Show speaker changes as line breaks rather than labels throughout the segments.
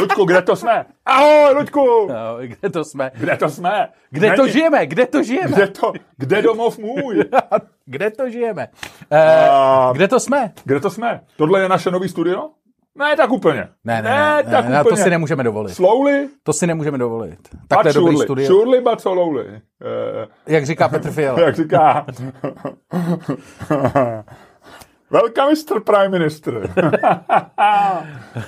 Ludku, kde to jsme? Ahoj, Ludku!
No, kde to jsme?
Kde to jsme?
Kde to
Není-
žijeme? Kde to žijeme?
Kde, to, kde domov můj?
Kde to žijeme? Eh,
A
kde to jsme?
kde to jsme? Tohle je naše nový studio? Ne, tak úplně.
Ne, ne, ne, ne,
tak
ne, ne
úplně.
to si nemůžeme dovolit.
Slowly,
To si nemůžeme dovolit. Tak
tak
to je dobrý
surely.
studio.
Surely, but so lowly. Eh,
Jak říká Petr Fiala.
jak říká... Welcome, Mr. Prime Minister.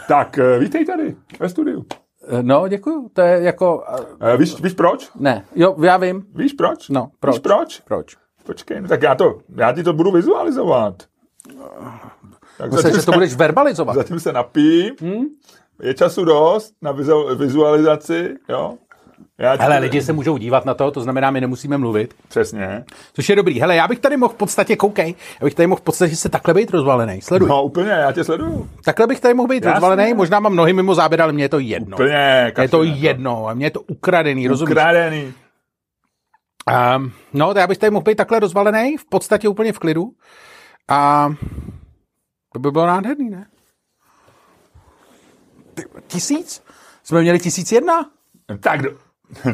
tak, eh, vítej tady ve studiu.
Eh, No, děkuju. To je jako... eh,
Eh, Víš, víš proč?
Ne, jo, já vím.
Víš proč?
No,
Víš
proč?
proč?
Proč?
Počkej, no tak já, to, já ti to budu vizualizovat. Tak
Myslím, že to budeš verbalizovat.
zatím se napí. Hmm? Je času dost na vizu- vizualizaci, jo? Já ti-
Hele, lidi se můžou dívat na to, to znamená, my nemusíme mluvit,
Přesně.
což je dobrý. Hele, já bych tady mohl v podstatě, koukej, já bych tady mohl v podstatě se takhle být rozvalený. Sleduj. No.
No úplně, já tě sleduju.
Takhle bych tady mohl být
Jasně.
rozvalený, možná mám nohy mimo záběr, ale mě je to jedno.
Úplně, jako.
Je to
Kašpine,
jedno, a mě je to ukradený, rozumíš?
Ukrádený.
Um, no, to já bych tady mohl být takhle rozvalený, v podstatě úplně v klidu. A to by bylo nádherný, ne? Ty- Tisíc? Jsme měli tisíc jedna?
Tak, do-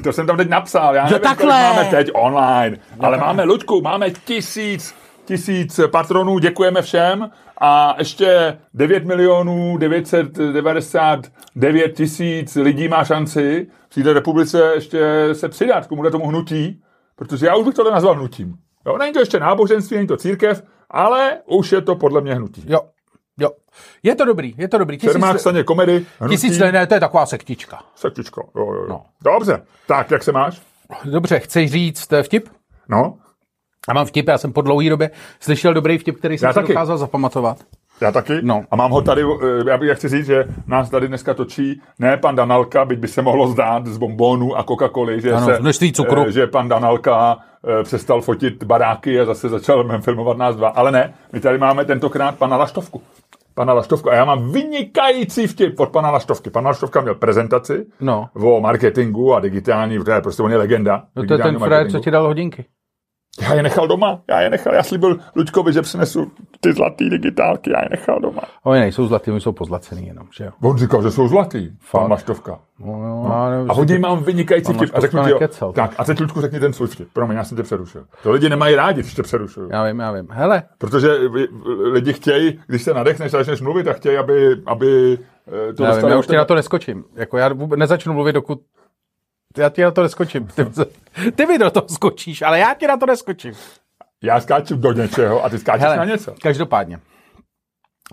to jsem tam teď napsal, já nevím,
takhle.
kolik máme teď online, ale máme, Ludku, máme tisíc, tisíc patronů, děkujeme všem a ještě 9 milionů 999 tisíc lidí má šanci v této republice ještě se přidat k tomuhle tomu hnutí, protože já už bych tohle nazval hnutím. Jo, není to ještě náboženství, není to církev, ale už je to podle mě hnutí.
Jo, jo. Je to dobrý, je to dobrý. Tisíc,
Firmák staně komedy, hnutí,
tisíc No. ne, to je taková sektička.
setičko. Jo, jo, jo. Dobře, tak jak se máš?
Dobře, chceš říct eh, vtip?
No,
Já mám vtip, já jsem po dlouhé době slyšel dobrý vtip, který jsem
Já
se
taky.
dokázal zapamatovat.
Já taky.
No.
A mám ho tady, eh, já bych já chci říct, že nás tady dneska točí ne pan Danalka, byť by se mohlo zdát z bombónů a coca coly že,
Ano,
se,
z množství cukru.
eh, že pan Danalka eh, přestal fotit baráky a zase začal filmovat nás dva. Ale ne, my tady máme tentokrát pana Laštovku. Pana Laštovku. A já mám vynikající vtip od pana Laštovky. Pan Laštovka měl prezentaci
No.
o marketingu a digitální, protože prostě on je legenda.
To je ten
digitálního
frajer,
marketingu.
co ti dal hodinky.
Já je nechal doma, já je nechal, já slíbil Luďkovi, že přinesu ty zlatý digitálky, já je nechal doma.
Oni nejsou zlatý, oni jsou pozlacený jenom, že jo.
On říkal, že jsou zlatý, pan Maštovka.
No, no, já nevím,
A hodně mám vynikající
Pan
vtip. A,
Maštovka
řeknu ti, jo.
nekecal.
tak, a teď, Ludku, řekni ten svůj vtip. Promiň, já jsem tě přerušil. To lidi nemají rádi, když tě přerušuju.
já vím, já vím. Hele,
Protože vy- lidi chtějí, když se nadechneš a začneš mluvit, tak chtějí, aby, aby eh, to
Já, vím,
dostali.
já
od
už ti
tebe.
na to neskočím. Jako já vůbec nezačnu mluvit, dokud... Já ti na to neskočím. Ty, ty mi do toho skočíš, ale já ti na to neskočím.
já skáču do něčeho a ty skáčeš na něco.
každopádně.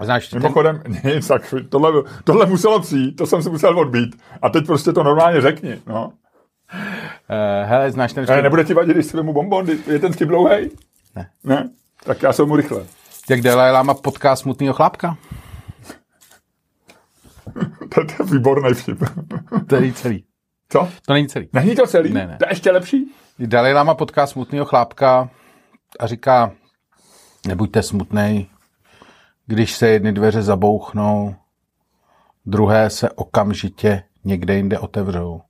Znáš, ten,
Mimochodem, nic, tak tohle, tohle muselo přijít, to jsem si musel odbít. A teď prostě to normálně řekni. No.
eh, hele, znáš ten
Ale
vtip,
nebude ti vadit, když si vemu bonbon, kdy- je ten vtip dlouhej?
Ne.
Ne? Tak já jsem mu rychle.
jak Dalaj Lama potká smutného chlápka?
To je to je výborný vtip.
To není celý.
Co?
To není celý.
Není to celý?
Ne, ne.
To je ještě lepší?
Dalaj Lama potká smutného chlápka a říká, nebuďte smutnej, když se jedny dveře zabouchnou, druhé se okamžitě někde jinde otevřou.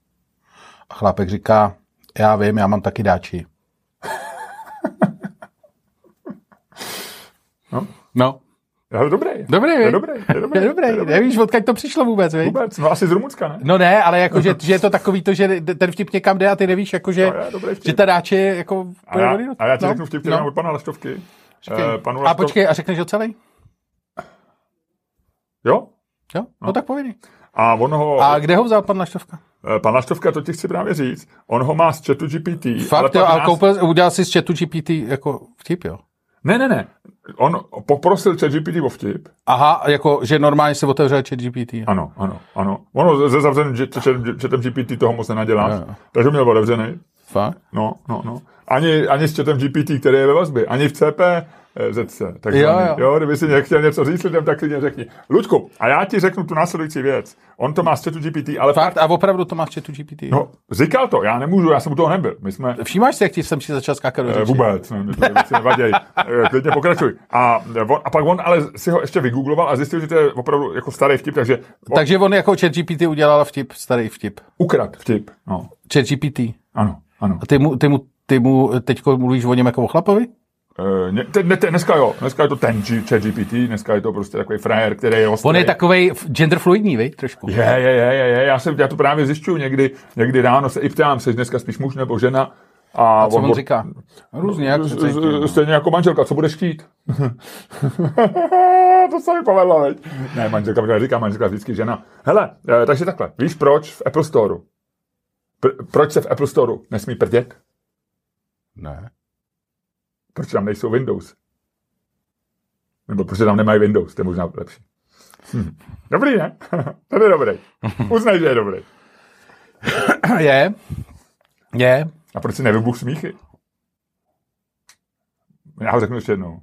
A chlápek říká, já vím, já mám taky dáči.
No.
No.
Ale dobrý.
Dobrý,
je
viď?
No, dobrý. Je dobrý.
Je dobrý,
je dobrý.
nevíš, odkud to přišlo vůbec, viď?
Vůbec. No asi z Rumunska, ne?
No ne, ale jako, že, že, je to takový to, že d- ten vtip někam jde a ty nevíš, jako, že,
To No, je dobrý vtip.
že ta dáče je jako...
A já, a já ti
no,
řeknu vtip, který
no.
mám od pana Laštovky. Eh, panu
A
Laštov-
počkej, a řekneš ho celý?
Jo?
Jo? No, tak povědej.
A on ho,
A kde ho vzal pan Laštovka?
eh, pan Laštovka, to ti chci právě říct, on ho má z chatu GPT.
Fakt, jo,
pak
a
nás-
koupil, udělal si z chatu GPT jako vtip, jo?
Ne, ne, ne. On poprosil chat GPT o vtip.
Aha, jako, že normálně se otevřel chat GPT. jo.
Ano, ano, ano. Ono ze zavřeným chat- chat- chatem GPT toho moc nenaděláš.
Jo, jo.
Takže měl otevřený.
Fakt?
No, no, no. Ani, ani s chatem GPT, který je ve vazbě, ani v eh, CP ZC. Tak
Jo, jo.
jo, kdyby si chtěl něco říct lidem, tak klidně řekni. Ludku, a já ti řeknu tu následující věc. On to má s chatu GPT, ale
Fakt, a opravdu to máš chatu GPT.
No, říkal to, já nemůžu, já jsem u toho nebyl. My jsme
Všímáš si, jak ti jsem si začal skákat do
eh,
řeči?
vůbec, ne, mě to věci nevaděj. Eh, Klidně pokračuj. A, eh, on, a pak on ale si ho ještě vygoogloval a zjistil, že to je opravdu jako starý vtip, takže on
Takže on jako chat GPT udělal vtip, starý vtip.
ukrad vtip. No,
Chat GPT.
ano, ano.
A ty mu, ty mu, ty mu teďko mluvíš o něm jako o chlapovi?
Eh, ně- te- ne- te- Dneska jo, dneska je to ten G- ChatGPT, dneska je to prostě takový frajer, který je ostrý.
On je takovej f- genderfluidní, viď, trošku.
Je, je, je, je, je. Já, jsem, já to právě zjišťuju někdy, někdy ráno se i ptám, jsi dneska spíš muž nebo žena. A,
Co on říká? Různě, jak se
Z-
cítí. no.
z- Stejně jako manželka, co budeš chtít? to se mi povedlo, veď. Ne, manželka, protože říká manželka vždycky žena. Hele, eh, takže takhle, víš proč v Apple Store? Pr- proč se v Apple Store nesmí prdět?
Ne.
Proč tam nejsou Windows? Nebo proč tam nemají Windows, to je možná lepší. Hm. Dobrý, ne? Ten je dobrý. Uznej, že je dobrý.
Je. Je.
A proč si nevybuch smíchy? Já ho řeknu ještě jednou.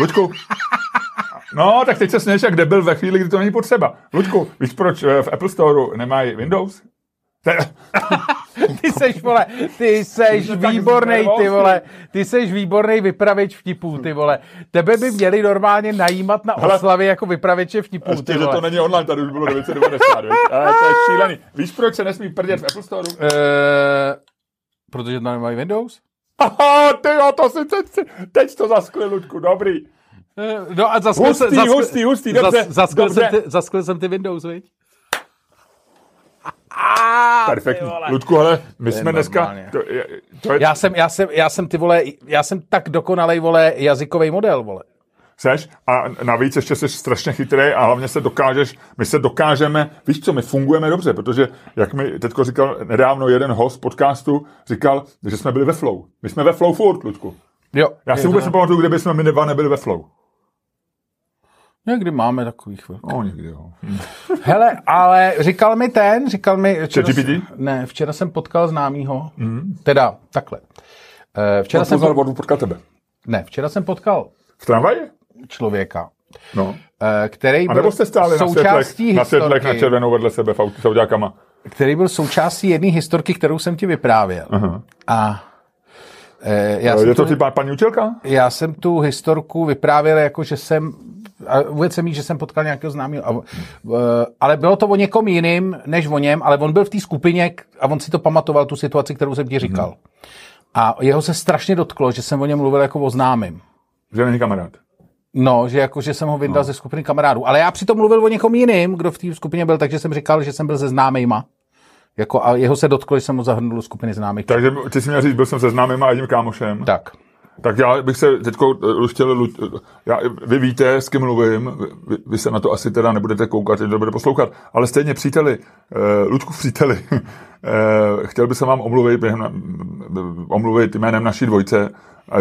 Luďku. No, tak teď se směješ jak debil ve chvíli, kdy to není potřeba. Luďku, víš proč eh, v Apple Store nemají Windows? Te-
Ty seš, vole, ty seš
Jsem tak
výborný, ty
nervózní.
vole, ty seš výborný vypravěč vtipů, ty vole. Tebe by měli normálně najímat na
Hele.
oslavy jako vypravěče vtipů,
Ještě,
ty
že to
vole.
není online, tady už bylo 990, viď? ale to je šílený. Víš, proč se nesmí prdět v Apple Store?
Eh, Protože tam nemají Windows?
Aha, ty jo, to si teď, teď to zaskli, Ludku, dobrý.
Eh, No a zaskl
Hustý,
jsem, zaskl,
hustý, hustý, dobře,
zas- zaskl,
dobře.
Jsem ty, zaskl jsem ty Windows, viď?
Perfektní. Ludku, ale my jsme dneska...
normálně.
To, je, to je,
Já jsem, já jsem, já jsem ty vole, já jsem tak dokonalej, vole, jazykový model, vole.
seš a navíc ještě jsi strašně chytrý a hlavně se dokážeš, my se dokážeme, víš co, my fungujeme dobře, protože jak mi teďko říkal nedávno jeden host podcastu, říkal, že jsme byli ve flow. My jsme ve flow furt, Ludku.
Jo.
Já si vůbec nepamatuju, kde bychom my dva nebyli ve flow.
Někdy máme takový chvíli.
No, někdy jo.
Hele, ale říkal mi ten, říkal mi... včera
ChatGPT?
jsem- Ne, včera jsem potkal známýho,
Mhm.
teda takhle. Eh,
No,
Včera jsem, po,
Jsem potkal tebe.
ne, včera jsem potkal
V tramvaji?
člověka,
No.
eh, který
A
byl
nebo jste stáli na světlech,
součástí
na světlech na
historky,
červenou vedle sebe v autě s autákama.
který byl součástí jedné historky, kterou jsem ti vyprávěl.
Aha.
A eh, já,
Je
jsem
to
tu,
ty pa- paní učilka?
já jsem tu historku vyprávěl jako, že jsem a vůbec jsem jí, že jsem potkal nějakého známého. A, eh, ale bylo to o někom jiným, než o něm, ale on byl v té skupině k- a on si to pamatoval, tu situaci, kterou jsem ti říkal. Hmm. A jeho se strašně dotklo, že jsem o něm mluvil jako o známém.
Že není kamarád.
No, že jako, že jsem ho vyndal no. ze skupiny kamarádů. Ale já přitom mluvil o někom jiným, kdo v té skupině byl, takže jsem říkal, že jsem byl se známejma. Jako, a jeho se dotklo, že jsem ho zahrnul do skupiny známých. Tak.
Takže ty jsi měl říct, byl jsem se známým a jedním kámošem.
tak.
Tak já bych se teď chtěl... lu- Já, vy víte, s kým mluvím, vy, vy se na to asi teda nebudete koukat, že budete poslouchat, ale stejně příteli, uh, Ludku příteli, uh, chtěl bych se vám omluvit, během, na- eh, omluvit jménem naší dvojce,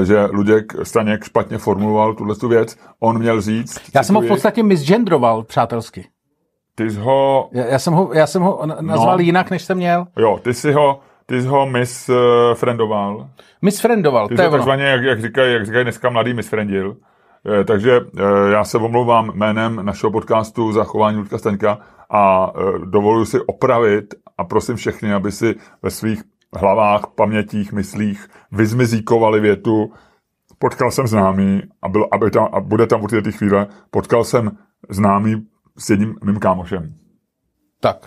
eh, že Luděk Staněk špatně formuloval tuhle tu věc, on měl říct...
Já jsem ho v
cituji,
podstatě misgendroval přátelsky.
Ty jsi ho...
Já, já, jsem ho, já jsem ho n- nazval no.
No.
jinak, než jsem měl.
Jo, ty jsi ho... Ty jsi ho misfriendoval.
Misfriendoval,
Ty
to
jsi
je
ho
ono.
takzvaně, jak, jak, říkají, jak říkají dneska mladý misfriendil. Eh, Takže eh, já se omlouvám jménem našeho podcastu za chování Ludka Staňka a eh, dovoluji si opravit a prosím všechny, aby si ve svých hlavách, pamětích, myslích vyzmizíkovali větu potkal jsem známý a, byl, aby tam, a bude tam určitě ty chvíle, potkal jsem známý s jedním mým kámošem.
Tak.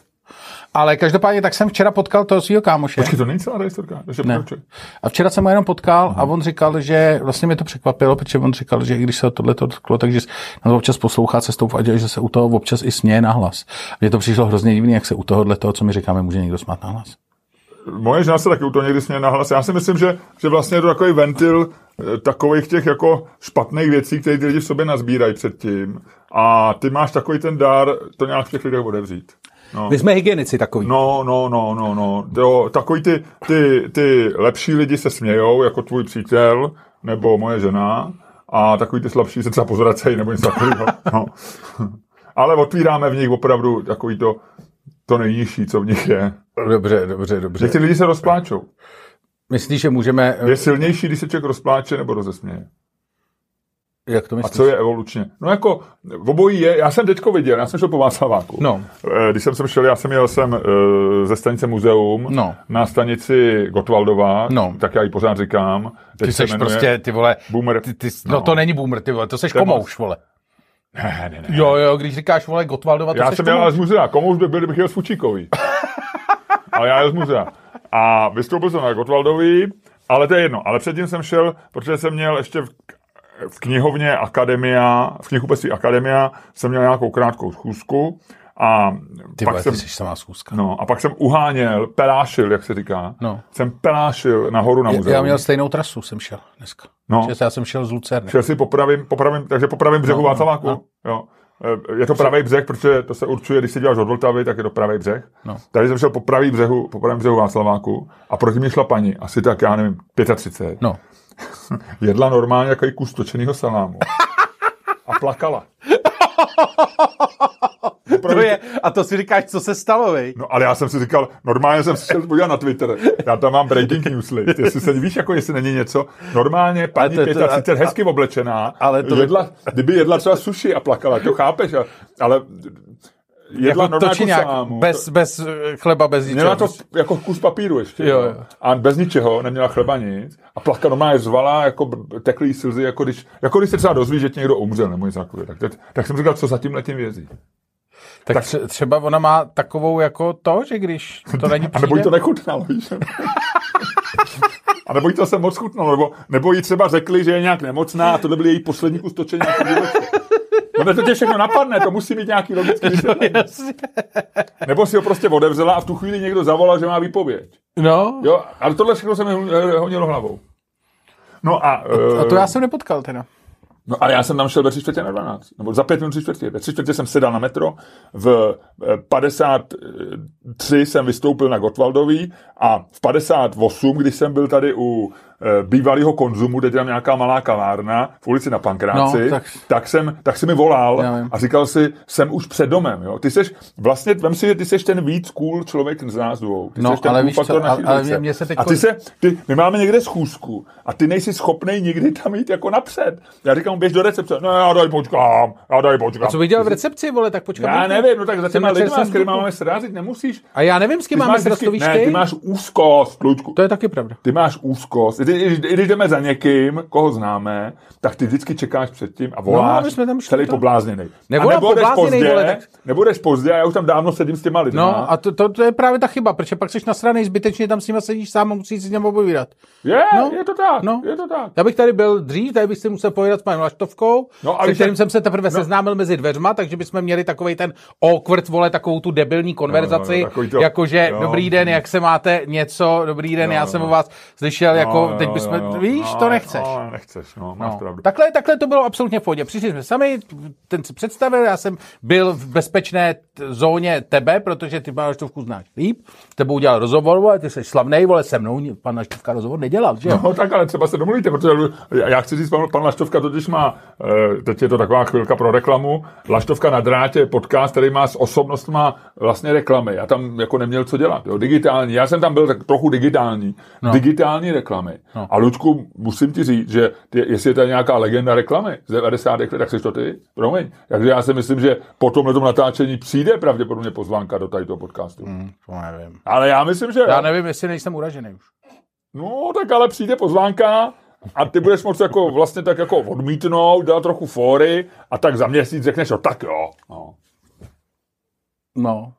Ale každopádně tak jsem včera potkal toho svého kámoše.
Počkej, to není celá ta historka? Ještě ne.
A včera jsem ho jenom potkal
Mhm.
a on říkal, že vlastně mě to překvapilo, protože on říkal, že i když se ho tohle dotklo, takže nás občas poslouchá cestou v autě, že se u toho občas i směje na hlas. Mně to přišlo hrozně divný, jak se u tohohle toho, co my říkáme, může někdo smát na hlas.
Moje žena se taky u toho někdy směje na hlas. Já si myslím, že, že vlastně je to takový ventil eh, takových těch jako špatných věcí, které ty lidi v sobě nazbírají předtím. A ty máš takový ten dar to nějak v těch lidech odevřít. No.
My jsme hygienici takový.
No, no, no, no, no. Jo, takový ty, ty, ty lepší lidi se smějou, jako tvůj přítel nebo moje žena, a takový ty slabší se třeba pozvracejí nebo něco takového. No. Ale otvíráme v nich opravdu takový to, to nejnižší, co v nich je.
Dobře, dobře, dobře.
Někteří lidi se rozpláčou.
Myslíš, že můžeme...
Je silnější, když se člověk rozpláče nebo rozesměje.
Jak
A
to myslíš?
co je evolučně? No jako, obojí je, já jsem teďko viděl, já jsem šel po Václaváku.
No.
Eh, Když jsem sem šel, já jsem jel jsem eh, ze stanice Muzeum
No.
na stanici Gotwaldová,
No.
tak já ji pořád říkám. Teď se
Ty seš
jmenuje-
prostě, ty vole...
Boomer.
Ty, ty, no. no. to není boomer, ty vole, to seš
je moc.
komouš, vole.
Ne, ne, ne.
Jo, jo, když říkáš, vole, Gotwaldova, to
Já
seš
jsem jel
komouš.
ale z muzea, komu už by byl, kdybych jel z Fučíkový. Ale já jel z muzea. A vystoupil jsem na Gotwaldový Ale to je jedno. Ale předtím jsem šel, protože jsem měl ještě v, v knihovně Akademia, v knihkupectví Akademia, jsem měl nějakou krátkou schůzku a
Ty
pak
vole,
jsem...
ty jsi samá schůzka.
No, a pak jsem uháněl, pelášil, jak se říká.
No.
Jsem pelášil nahoru na muzeum.
Já měl stejnou trasu, jsem šel dneska.
No.
Že Já jsem šel z Lucerny.
Šel si po pravým, po pravým, takže po pravým břehu
no,
Václaváku.
no.
Jo. E, Je to pravý břeh, protože to se určuje, když se díváš od Vltavy, tak je to pravý břeh.
No.
Tady jsem šel po pravý břehu, po pravém břehu Václaváku a proti mě šla paní, asi tak, já nevím, 35.
No.
Jedla normálně jako kus točenýho salámu. A plakala.
To je, a to si říkáš, co se stalo, vej?
No ale já jsem si říkal, normálně jsem si šel podívat na Twitter, já tam mám breaking news list, jestli se, víš, jako jestli není něco, normálně paní
to je to-
35 hezky oblečená, ale
ale
to
to-
jedla, kdyby jedla třeba sushi a plakala, to chápeš, a- ale jedla jako
Jako
normálně jako
točiňák,
salámu.
bez, bez eh, chleba, bez ničeho.
Měla to jako kus papíru ještě.
Jo,
no.
jo.
A bez ničeho, neměla chleba nic. A plakala normálně zvala, jako b- teklý slzy, jako když, jako když se třeba dozví, že ti někdo umřel, nebo něco takového. Tak, tak, tak, jsem říkal, co za tím letím vězí.
Tak, tak tře- třeba ona má takovou jako to, že když to není
A nebo jí
přijde,
to nechutnalo, víš? A nebo jí to se moc chutnalo, nebo, nebo jí třeba řekli, že je nějak nemocná a tohle byl její poslední kus točení. jako divočka. No ne, to tě všechno napadne, to musí být nějaký logický vysvětlení.
Jasně.
Nebo si ho prostě odevřela a v tu chvíli někdo zavolal, že má výpověď.
No,
Jo, ale tohle všechno se mi eh, honilo hlavou. No a,
a to já jsem nepotkal teda.
No ale já jsem tam šel ve tři čtvrtě na 12, nebo za pět minut tři čtvrtě. Ve tři čtvrtě jsem sedal na metro, v eh, 53 jsem vystoupil na Gotwaldový a v 58, když jsem byl tady u eh, bývalého konzumu, kde je tam nějaká malá kavárna v ulici na Pankráci,
No, tak-
tak, jsem, tak si mi volal
Já vím.
a říkal si, jsem už před domem. Jo? Ty seš, vlastně, vem si, že ty seš ten víc cool člověk z nás dvou. Ty
No,
seš ten
ale
cool
víš co,
faktor
ale-
naší
ale
dvojice.
mě- mě se teď-
A ty se, ty, my máme někde schůzku a ty nejsi schopnej nikdy tam jít jako napřed. Já říkám, běž do recepce. No já tady počkám, já tady počkám.
Co viděl v recepci, vole, tak počkej.
Já nevím, no tak za
Jsem
těma
na
lidma,
čerstvém
s kterýma
vzduchu.
máme srazit, nemusíš.
A já nevím, s kým máme
vždycky-
zrastovišky.
ne, ty máš úzkost, Luďku.
To je taky pravda.
Ty máš úzkost. I když- i když- i Když jdeme za někým, koho známe, tak ty vždycky čekáš předtím a voláš
No, my jsme tam šli,
celý
to.
poblázněný.
Nevolám
jdeš
poblázněnej,
pozdě,
vole, tak-
nebo jdeš pozdě a já už tam dávno sedím s těma lidma.
No a to, to, to, je právě ta chyba, protože pak jsi nasranej zbytečně, tam s nima sedíš sám a musíš si s ním popovídat.
je,
no,
je to tak,
no.
je to tak.
Já bych tady byl dřív, tady bych si musel povídat s panem Laštovkou,
No,
no,
a
se
když
kterým
tak-
jsem se teprve no. seznámil mezi dveřma, takže bychom měli takový ten awkward, vole, takovou tu debilní konverzaci,
jo,
no,
takový
no,
to-
to, jakože
jo. no."
jo. dobrý den, jak se máte, něco, dobrý den,
Jo,
jo, já
jo.
jsem o vás slyšel, no, jako
No,
teď
jo,
bychom,
jo, jo.
víš,
No,
to nechceš.
No, ale nechceš, no, máš
No.
pravdu.
Takhle, takhle to bylo absolutně v pohodě. Přišli jsme sami, ten se představil, já jsem byl v bezpečné t- zóně tebe, protože ty pana Štovku znáš líp, tebou udělal rozhovor, vole, ty jsi slavnej, vole, se mnou ni- pan Štovka rozhovor nedělal, že jo?
No tak ale třeba se domluvíte, protože já- já chci říct, pan, pan Laštovka totiž má, eh, teď je to taková chvilka pro reklamu, Laštovka na drátě je podcast, který má s osobnostma vlastně reklamy. Já tam jako neměl co dělat, jo, digitální. Já jsem tam byl tak trochu digitální. No. Digitální reklamy. No. A Ludku, musím ti říct, že ty, jestli je tady nějaká legenda reklamy z 90. let, tak jsi to ty, promiň. Takže já si myslím, že po tomhle natáčení přijde pravděpodobně pozvánka do tady toho podcastu. Mm.
Hmm, To nevím.
Ale já myslím, že...
Já
jo.
nevím, jestli nejsem uražený už.
No, tak ale přijde pozvánka a ty budeš moct jako vlastně tak jako odmítnout, dělat trochu fóry a tak za měsíc řekneš, no tak jo. No.
No,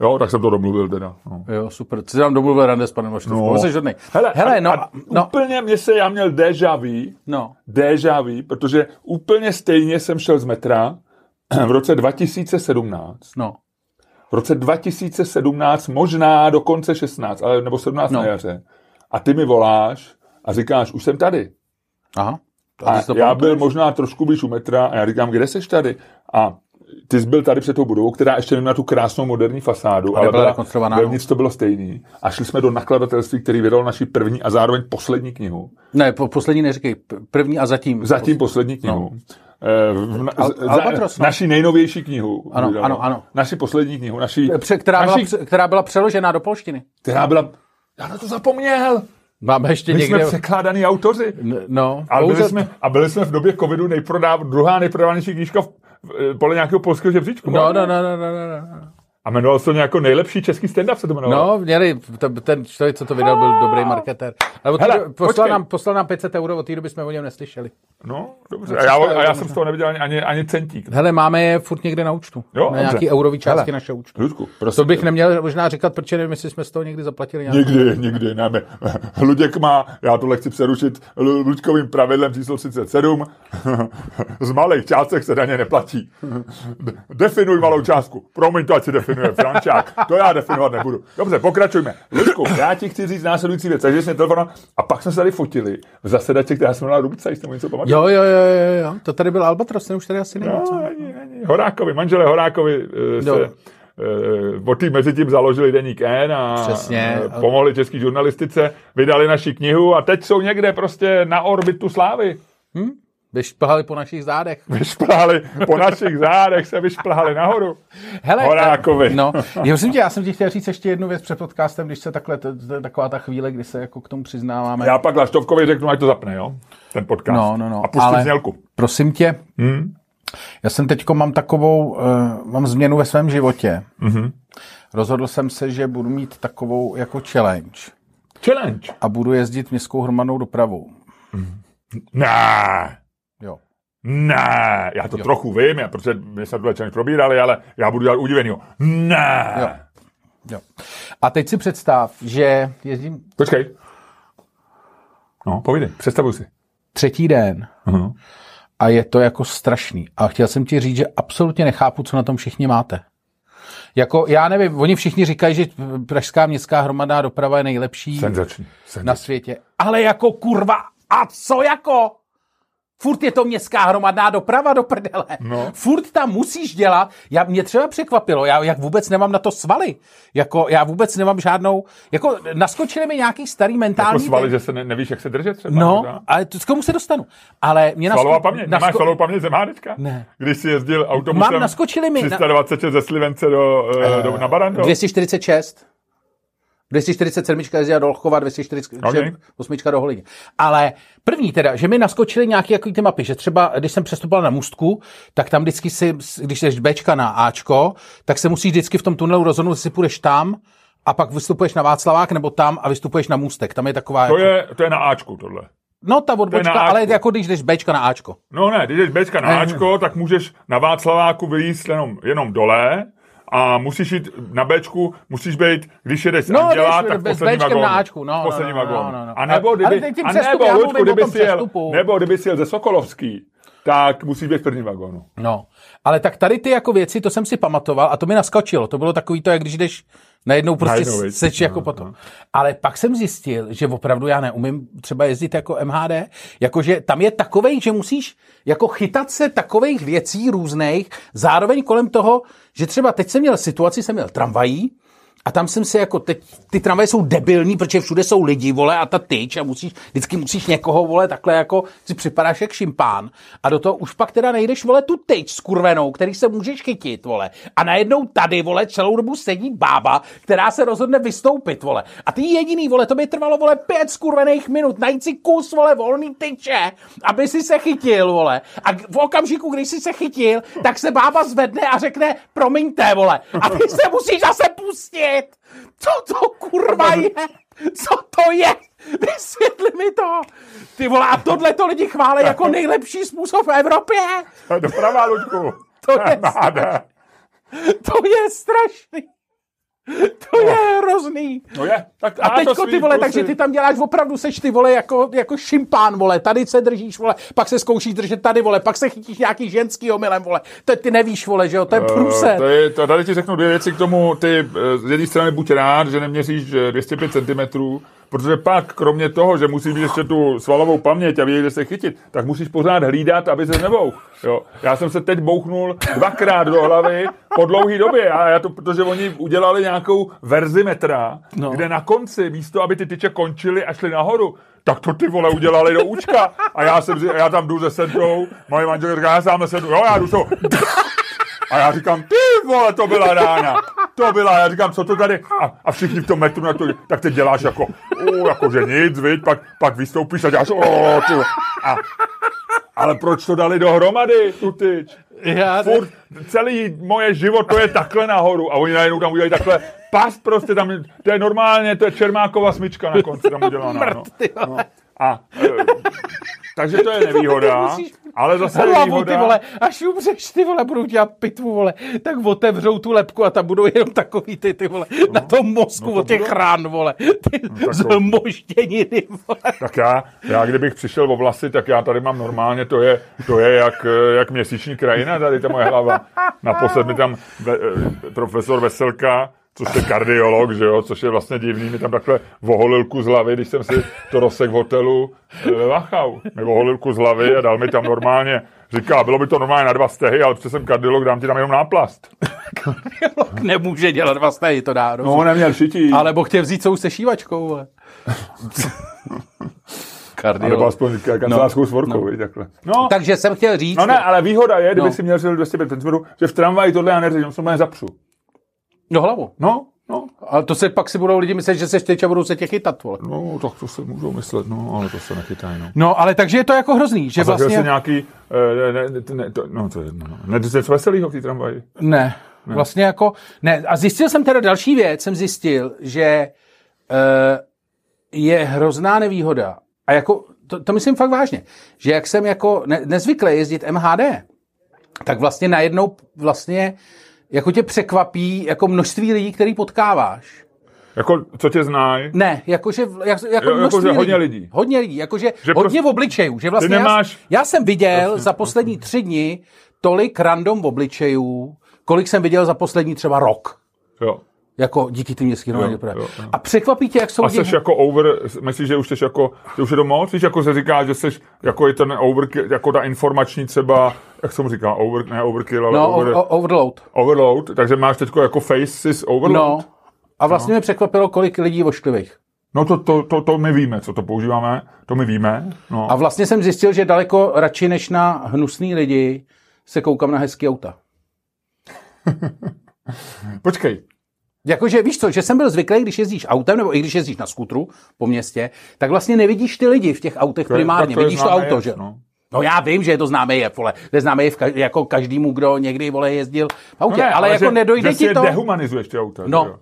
Jo, tak jsem to domluvil teda. No.
jo, super. Ty jsi tam domluvil rande s panem Laštovkou,
No.
no. jsi žádný.
Hele,
Hele,
a,
no,
a
no,
úplně mě se, já měl déjà vu,
no.
déjà vu, protože úplně stejně jsem šel z metra v roce 2017.
No,
V roce 2017, možná dokonce 16, ale nebo 17 no.
No.
na jaře. A ty mi voláš a říkáš, už jsem tady.
aha.
A
ty si to
já
pamatuješ?
byl možná trošku blíž u metra a já říkám, kde seš tady? A ty jsi byl tady před tou budovou, která ještě neměla tu krásnou moderní fasádu, ale
nebyla
byla
rekonstruovaná,
Vevnitř to bylo stejný. A šli jsme do nakladatelství, který vydal naši první a zároveň poslední knihu.
Ne, po, poslední neříkej, p- první a zatím.
Zatím poslední knihu. Eh, v- na-
no. Al-
z- za-
Albatros, no.
Naši nejnovější knihu.
Ano,
vydal.
ano, ano.
Naši poslední knihu, naši,
Pře- která,
naši
byla, pře- která byla přeložená do polštiny.
která byla... Já na to zapomněl.
Máme ještě
My
někde...
jsme překládaný autoři.
N- No,
A byli,
pouze-
jsme, a byli jsme v době covidu nejprodáv, druhá nejprodávanější knížka v, v, podle nějakého eh, polského žebříčku.
No, no, no, no, no, no, no.
A jmenoval se to nějak jako nejlepší český stand-up se to jmenovalo.
No, měli, to, ten člověk, co to vydal, byl dobrý marketér. Ale
Hele,
Hele, poslal,
počkej.
nám, poslal nám 500 euro, od té doby jsme o něm neslyšeli.
No, dobře. A já, a já jsem z toho neviděl ani, ani, ani centík.
Hele, máme je furt někde na účtu.
Jo,
na
dobře.
nějaký eurový částky
Hele.
naše účtu.
Ludku,
To
prosím.
bych neměl možná říkat, protože nevím, jestli jsme z toho někdy zaplatili nějak.
Někdy, někdy, ne. my- Luděk má, já tohle chci přerušit Lu- Luďkovým pravidlem číslo 37. Z malých částek se daně neplatí. De- Definuj malou částku. Promiň to, ať si definuje Frančák. To já definovat nebudu. Dobře, pokračujme. Luďku, já ti chci říct následující věc. Takže jsme telefonoval a pak jsme se tady fotili v zasedači, která se jmenovala Rubce, jestli mu něco pamatuješ.
Jo, jo, jo, jo, jo, to tady byl Albatros, ten už tady asi není. co?
No, ani, ani. Horákovi, manželé Horákovi eh, se
Jo.
eh, o tý mezi tím založili deník N a
Přesně.
eh, pomohli český žurnalistice, vydali naši knihu a teď jsou někde prostě na orbitu slávy.
Vyšplhali po našich zádech.
Vyšplhali po našich zádech, se vyšplhali nahoru.
Hele,
Horákovi.
eh, No, já jsem, tě, já jsem ti chtěl říct ještě jednu věc před podcastem, když se takhle, to, to je taková ta chvíle, kdy se jako k tomu přiznáváme.
Já pak Laštovkovi řeknu, ať to zapne, jo? Ten podcast.
No, no, no,
A pustím
ale-
znělku.
Prosím tě,
Hmm?
já jsem teďko mám takovou, uh, mám změnu ve svém životě.
Mhm.
Rozhodl jsem se, že budu mít takovou jako challenge
Challenge.
a budu jezdit městskou hromadnou dopravou.
Ne.
Jo.
Ne, já to jo. trochu vím, já, protože my jsme tuhle challenge probírali, ale já budu dělat udivenýho. Ne.
Jo. Jo. A teď si představ, že jezdím
Počkej. No, povídej, představuj si. Mhm.
třetí den
Aha.
a je to jako strašný. A chtěl jsem ti říct, že absolutně nechápu, co na tom všichni máte. Jako, já nevím, oni všichni říkají, že Pražská městská hromadná doprava je nejlepší
Senzační.
na
senzační.
světě. Ale jako kurva, a co jako? Furt je to městská hromadná doprava do prdele.
No.
Furt tam musíš dělat. Já, mě třeba překvapilo, já jak vůbec nemám na to svaly. Jako, já vůbec nemám žádnou... Jako, naskočili mi nějaký starý
Jako
mentální...
svaly,
ten-
že se ne, nevíš, jak se držet třeba.
No,
možná.
ale to, k tomu se dostanu. Ale mě nasko-
Svalová paměť, nemáš
nasko-
svalovou paměť zemánečka?
Ne.
Když jsi jezdil autobusem
Mám, naskočili mi na-
326 ze Slivence do, eh, do, na Barandov.
246. 247 jezdila do Olchova, 248 do Holině. Ale první teda, že mi naskočily nějaké jako ty mapy, že třeba, když jsem přestupoval na Mustku, tak tam vždycky si, když jdeš z Bčka na Ačko, tak se musíš vždycky v tom tunelu rozhodnout, jestli půjdeš tam a pak vystupuješ na Václavák nebo tam a vystupuješ na Můstek. Tam je taková...
To
jako-
je, to je na Ačku tohle.
no ta
to
odbočka,
je na
ale
Ačku.
jako když jdeš z Bčka na Ačko.
No ne, když jdeš Bčka na Ačko, tak můžeš na Václaváku vyjíst jenom, jenom dole a musíš jít na Bčku, musíš být, když jedeš z
No,
Anděla,
jdeš
tak v
bez
poslední
Bčkem
vagón.
na Ačku, no,
V poslední
no, no,
vagón.
no, no, no.
A nebo,
Ale- ale
kdyby,
teď tím
a
přestupu,
nebo,
já
Luďku,
mluvím o
kdyby
tom
si jel,
přestupu.
nebo kdyby si jel ze Sokolovský, tak musíš být v prvním vagónu.
No, ale tak tady ty jako věci, to jsem si pamatoval a to mi naskočilo. To bylo takový to, jak když jdeš najednou prostě
Najednou,
najednou,
viď?
seč jako potom. Ale pak jsem zjistil, že opravdu já neumím třeba jezdit jako MHD, jakože tam je takovej, že musíš jako chytat se takových věcí různých, zároveň kolem toho, že třeba teď jsem měl situaci, jsem měl tramvají, a tam jsem se jako, teď, ty tramvaje jsou debilní, protože všude jsou lidi, vole, a ta tyč a musíš, vždycky musíš někoho, vole, takhle jako, si připadáš jak šimpán. A do toho už pak teda nejdeš, vole, tu tyč s kurvenou, který se můžeš chytit, vole. A najednou tady, vole, celou dobu sedí bába, která se rozhodne vystoupit, vole. A ty jediný, vole, to by trvalo, vole, pět skurvených minut, najít si kus, vole, volný tyče, aby si se chytil, vole. A k- v okamžiku, když si se chytil, tak se bába zvedne a řekne, promiňte, vole. A ty se musíš zase pustit. Co to kurva je? Co to je? Vysvětli mi to. Ty vole, a tohle to lidi chválí jako nejlepší způsob v Evropě.
To je Doprava, Luďku.
To je,
Máde.
to je strašný. To je hrozný.
No je. Tak,
A
má to
teďko
svý
ty vole,
plusy.
takže ty tam děláš opravdu, seš ty vole jako, jako šimpán vole, tady se držíš vole, pak se zkoušíš držet tady vole, pak se chytíš nějaký ženský omylem vole, to ty nevíš vole, že jo, to je
Eh,
průser.
To je, to, tady ti řeknu dvě věci k tomu. Ty eh, z jedné strany buď rád, že neměříš eh, 205 cm, protože pak, kromě toho, že musíš mít ještě tu svalovou paměť a vědět, kde se chytit, tak musíš pořád hlídat, aby se nebou. Jo. Já jsem se teď bouchnul dvakrát do hlavy po dlouhé době, a já to, protože oni udělali nějakou verzi metra, no. kde na konci, místo aby ty tyče končily a šly nahoru, tak to ty vole udělali do účka. A já, jsem, si- já tam jdu se sednou, moje manželka říká, já sám nesedu, jo, já jdu to. A já říkám, ty vole, to byla rána. To byla, já říkám, co to tady? A, a všichni v tom metru na to, tak ty děláš jako, u, jako že nic, viď, pak, pak vystoupíš a děláš, o, ty. vole." A, ale proč to dali dohromady, tu tyč?
Já ne-
Furt celý moje život to je takhle nahoru a oni najednou tam udělají takhle pas prostě tam, to je normálně, to je Čermákova smyčka na konci tam udělaná. No.
ty vole.
A, e, takže to je nevýhoda,
musíš-
ale zase je
Hlavu, ty
výhoda.
vole, až umřeš, ty vole, budou dělat pitvu, vole, tak otevřou tu lepku a tam budou jenom takový ty, ty vole,
No.
na tom mozku od těch rán, vole, ty no, zmožděniny, vole.
Tak já, já, kdybych přišel o vlasy, tak já tady mám normálně, to je, to je jak, eh, jak měsíční krajina, tady ta moje hlava. Naposled mi tam ve, eh, profesor Veselka, což je kardiolog, že jo, což je vlastně divný, mi tam takhle voholil kus hlavy, když jsem si to rozsek v hotelu eh, ve Vachau. Mi voholil kus hlavy a dal mi tam normálně, říká, bylo by to normálně na dva stehy, ale protože jsem kardiolog, dám ti tam jenom náplast.
Biolog nemůže dělat vlastně, to dá, no,
neměl šití.
ale boh tě vzít sou se šívačkou, vole.
Nebo
Kardio.
aspoň kancelářskou no, svorkou, no. takhle. No,
Takže jsem chtěl říct,
No ne, ale výhoda je, kdyby
No.
si měřil 205 centimetrů, že v tramvaji tohle já neřeším, jsem moje zapřu.
no hlavu.
No, no.
A to se pak si budou lidi myslet, že se štěč a budou se tě chytat, vole.
No, tak to se můžou myslet, no, ale to se nechytají, no.
No, ale takže je to jako hrozný, že
Vlastně...
vlastně...
se nějaký, eh, ne, ne, ne, to, no, to je jedno, no. Ne, to je něco veselýho v té tramvaji.
Ne, vlastně jako ne. A zjistil jsem teda další věc, jsem zjistil, že uh, je hrozná nevýhoda. A jako, to, to myslím fakt vážně, že jak jsem jako ne, nezvyklý jezdit MHD, tak vlastně najednou vlastně jako tě překvapí jako množství lidí, který potkáváš.
Jako, co tě znají?
Ne, jakože v- jak, jako
Jo,
množství
jakože hodně lidí.
Hodně lidí, jakože
Že
hodně
prostě-
v obličejů. Že vlastně
nemáš-
já, já jsem viděl za poslední tři dny tolik random obličejů, kolik jsem viděl za poslední třeba rok.
Jo.
Jako díky ty městský
Jo,
hromadě.
jo, jo.
A překvapí tě, jak jsou
A
lidi-
jsi jako over, myslíš, že už jsi jako, že už je to moc? Víš, jako se říká, že jsi, jako je ten over, jako ta informační třeba, jak jsem říká, over, ne overkill, ale
no,
over,
o, o, overload.
overload, takže máš teď jako faces overload?
No. A vlastně mě překvapilo, kolik lidí vošklivých.
No to, to, to, to my víme, co to používáme, to my víme. No.
A vlastně jsem zjistil, že daleko radši než na hnusný lidi se koukám na hezký auta.
Počkej,
Jakože víš co, že jsem byl zvyklý, když jezdíš autem, nebo i když jezdíš na skutru po městě, tak vlastně nevidíš ty lidi v těch autech
to je-
primárně,
tak je
vidíš to
známý
auto,
jev,
že? No.
No.
no já vím, že je to známý jev, vole. To je známý jev ka- jako každému, kdo někdy, vole, jezdil v autě,
No ne,
ale, ale jako
že,
nedojde
že si
ti
je
to...
dehumanizuješ ty auta. že
No.
jo?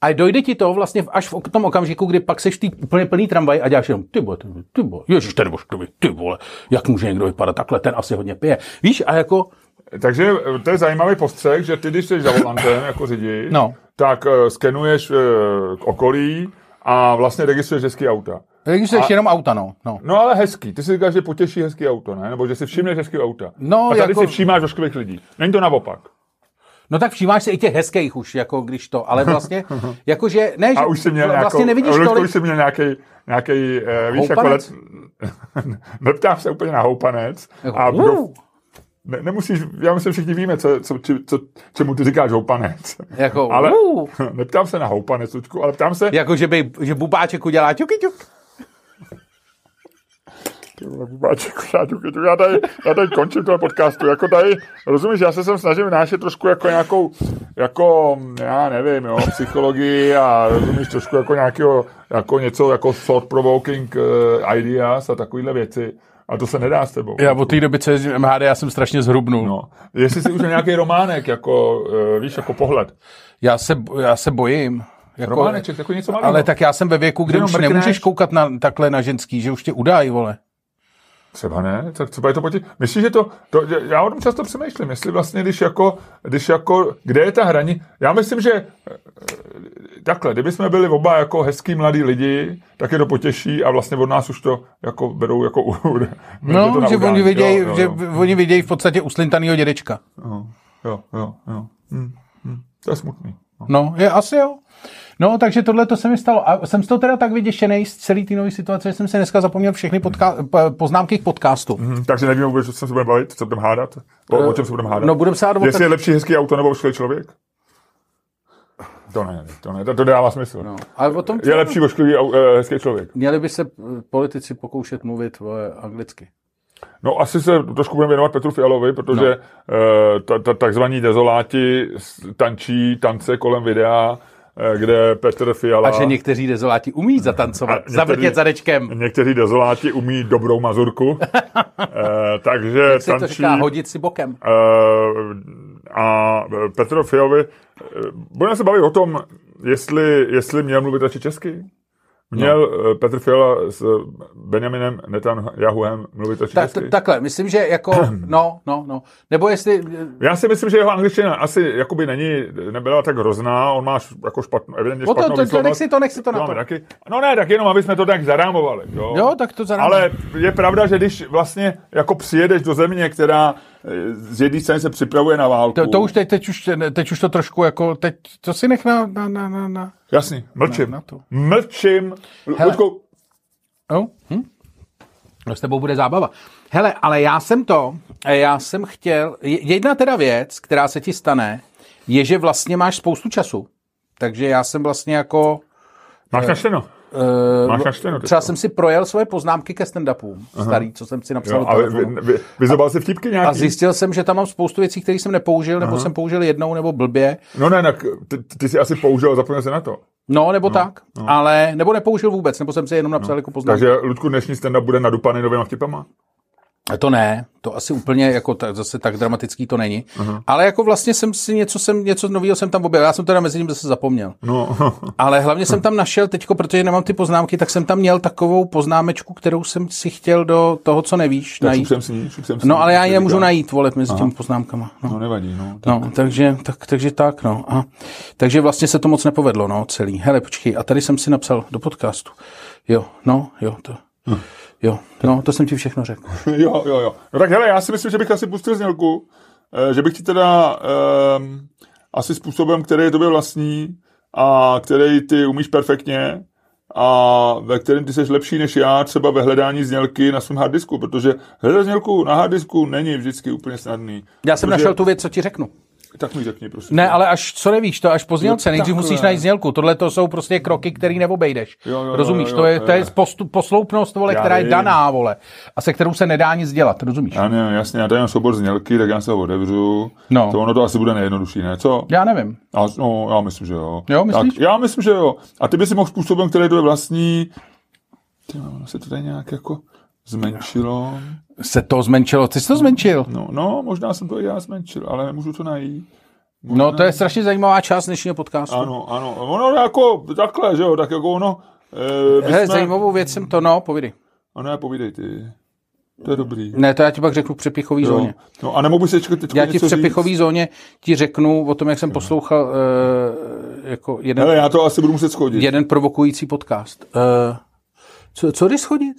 A dojde ti to vlastně v- až v tom okamžiku, kdy pak seš v tý úplně plný tramvaj a děláš jenom ty vole, ty vole, ty vole, ježiš, ten boškovi, ty vole, jak může někdo vypadat takhle, ten asi hodně pije. Víš, a jako,
Takže eh, to je zajímavý postřeh, že ty, když jsi za volantem jako řidič,
No.
tak uh, skenuješ uh, okolí a vlastně registruješ hezký auta.
když jsi jenom auta, no. no.
No ale hezký. Ty si říkáš, že potěší hezký auto, ne? Nebo že si všimneš hezký auta.
No,
a tady
jako-
si všímáš ošklivých lidí. Není to naopak.
No tak všímáš se i těch hezkých už, jako když to, ale vlastně, jakože, ne, že
A už jsi měl
vlastně
nějakou,
nevidíš
Ludku,
tolik,
už jsi měl nějaký, nějaký eh, víš, jako
Houpanec?
let, neptám se úplně na houpanec. A
Jako,
kdo,
uh,
ne, nemusíš, já myslím, všichni víme, co, co, či, co, čemu ty říkáš houpanec.
Jako,
ale
uh.
neptám se na houpanec, Ludku, ale ptám se,
jako že, by, že bubáček udělá ťuky ťuk.
Báček, No, jako já, jdu- jdu- já, tady, já tady končím tohle podcastu. Jako tady, rozumíš, já se sem snažím vnášet trošku jako nějakou, jako, já nevím, jo, psychologii a rozumíš, trošku jako nějakého, jako něco, jako thought-provoking uh, ideas a takovéhle věci. A to se nedá s tebou.
Já od té doby, co jezdím MHD, já jsem strašně zhrubnul. No.
No. Jestli jsi už měl nějaký románek, jako, uh, víš, jako pohled.
Já, se, já se bojím. Jako,
Románeček, jako něco malého.
ale tak já jsem ve věku, kde
Jenom
už
mrkneš.
nemůžeš koukat na, takhle na ženský, že už tě udají, vole.
Třeba ne, tak třeba je to proti... Myslíš, že to, to... Já o tom často přemýšlím, jestli vlastně, když jako, když jako... Kde je ta hraní? Já myslím, že eh, takhle, kdyby jsme byli oba jako hezký mladí lidi, tak je to potěší a vlastně od nás už to jako berou jako... u- u- berou to
No,
na
že
udání.
oni vidějí,
Jo, jo,
že
jo,
oni vidějí v podstatě uslintanýho dědečka.
jo, jo, jo, jo. Hm, hm. To je smutný. No.
No, je asi jo. No, takže tohle to se mi stalo. A jsem z toho teda tak vyděšený z celé té nové situace, že jsem se dneska zapomněl všechny podka- p- poznámky k podcastu.
Hm, Takže nevíme vůbec, co se budeme bavit, co budeme hádat, o, o čem se budeme hádat.
No, budeme se hádat o
Jestli
ten-
je lepší hezký auto nebo ošklivý člověk? To ne, to ne, to, to dává smysl.
No, ale o tom
Je lepší ošklivý au- eh, hezký člověk.
měli by se eh, politici pokoušet mluvit vole, anglicky.
No asi se trošku budeme věnovat Petru Fialovi, protože eh, no. ta, ta, takzvaní dezoláti s- tančí tance kolem videa eh, kde Petr Fiala...
A že někteří dezoláti umí zatancovat,
někteří-
zavrtět zadečkem.
Někteří dezoláti umí dobrou mazurku, eh, takže
Jak se to
tančí,
říká, hodit si bokem.
eh, a Petro Fialovi, eh, budeme se bavit o tom, jestli, jestli měl mluvit radši česky. Měl no. Petr Fiala s Benjaminem Netanyahuem mluvit radši
Tak,
česky?
t- takhle, myslím, že jako, no, no, no. Nebo jestli,
Já si myslím, že jeho angličtina asi jakoby není, nebyla tak hrozná, on má š- jako špatnou, evidentně
o to,
špatnou
to, to, nech
výslovnost.
si to, nech si to na
máme
to.
taky. No ne, tak jenom, aby jsme to tak zarámovali. Jo,
Jo, tak to zarámuj.
Ale je pravda, že když vlastně jako přijedeš do země, která eh, z jedné strany se připravuje na válku.
To, to už teď, teď už, teď už to trošku jako, teď, to si nech na, na, na, na, na.
Jasně, mlčím.
Na- na to.
Mlčím.
Hele.
Luďku,
Jo? Hm? No s tebou bude zábava. Hele, ale já jsem to, já jsem chtěl, je- jedna teda věc, která se ti stane, je, že vlastně máš spoustu času. Takže já jsem vlastně jako...
máš načteno.
eh,
Máš načteno
třeba
teďko.
jsem si projel svoje poznámky ke stand-upům, starý, co jsem si napsal.
Jo,
do
a vy,
telefonu.
vy, vy, vyzobal jsi vtipky nějaký?
a zjistil jsem, že tam mám spoustu věcí, které jsem nepoužil, nebo jsem použil jednou, nebo blbě.
No ne, tak ty, ty jsi asi použil, zapomněl jsi na to.
No, nebo tak. Ale, nebo nepoužil vůbec, nebo jsem si jenom napsal jako poznámku.
No. Takže, Ludku, dnešní stand-up bude nadupaný novýma vtipama.
A To ne, to asi úplně jako tak, zase tak dramatický to není. Uh-huh. Ale jako vlastně jsem si něco, jsem, něco nového jsem tam objevil. Já jsem teda mezi tím zase zapomněl.
No,
Ale hlavně jsem tam našel teďko, protože nemám ty poznámky, tak jsem tam měl takovou poznámečku, kterou jsem si chtěl do toho, co nevíš,
tak
najít.
šupsem s ní, šupsem s ní,
No ale já
jak
ji
se
nemůžu
říká.
najít, volet, mezi těmi poznámkama. No.
No nevadí, no. Tak.
No, takže tak, takže tak, no. A, takže vlastně se to moc nepovedlo, no, celý. Hele, počkej, a tady jsem si napsal do podcastu. Jo, no, jo, to.
Hm.
Jo, no, to jsem ti všechno řekl.
jo, jo, jo. No tak hele, já si myslím, že bych asi pustil znělku, eh, že bych ti teda um, asi způsobem, který je tobě vlastní a který ty umíš perfektně a ve kterém ty jsi lepší než já třeba ve hledání znělky na svém harddisku, protože hledat znělku na harddisku není vždycky úplně snadný.
Já jsem
Protože-
našel tu věc, co ti řeknu.
Tak mi řekni, prosím.
Ne, ale až co nevíš, to až po znělce.
No
Nejdřív
takhle.
musíš najít znělku. Tohle to jsou prostě kroky, které neobejdeš.
Jo, jo, jo,
Rozumíš?
jo,
to je,
jo.
to je postup, posloupnost, vole,
Já
která je
vím.
daná, vole. A se kterou se nedá nic dělat, rozumíš?
Já ne, jasně, já tady mám soubor znělky, tak já se ho otevřu.
No.
To ono to asi bude nejjednodušší, ne? Co?
Já nevím.
A, no, já myslím, že jo.
Jo, myslíš?
Tak, já myslím, že jo. A ty by si mohl způsobem, který to je vlastní... Ty, ono se to tady nějak jako zmenšilo.
Se to zmenšilo. Ty jsi to zmenšil?
No, no, možná jsem to i já zmenšil, ale nemůžu to najít.
No, to je strašně zajímavá část dnešního podcastu.
Ano, ano. Ono jako takhle, že jo, tak jako ono... Eh, my
Hele,
jsme...
zajímavou věc jsem to, no, povídej.
Ano, povídej ty. To je dobrý.
Ne, to já ti pak řeknu v přepichový
Jo.
zóně.
No a nemohl bys si čekat teď
Já ti v
něco
přepichový
říct?
zóně ti řeknu o tom, jak jsem poslouchal eh, jako jeden,
Hele, já to asi budu muset schodit.
jeden provokující podcast. Eh, co, co jsi schodit?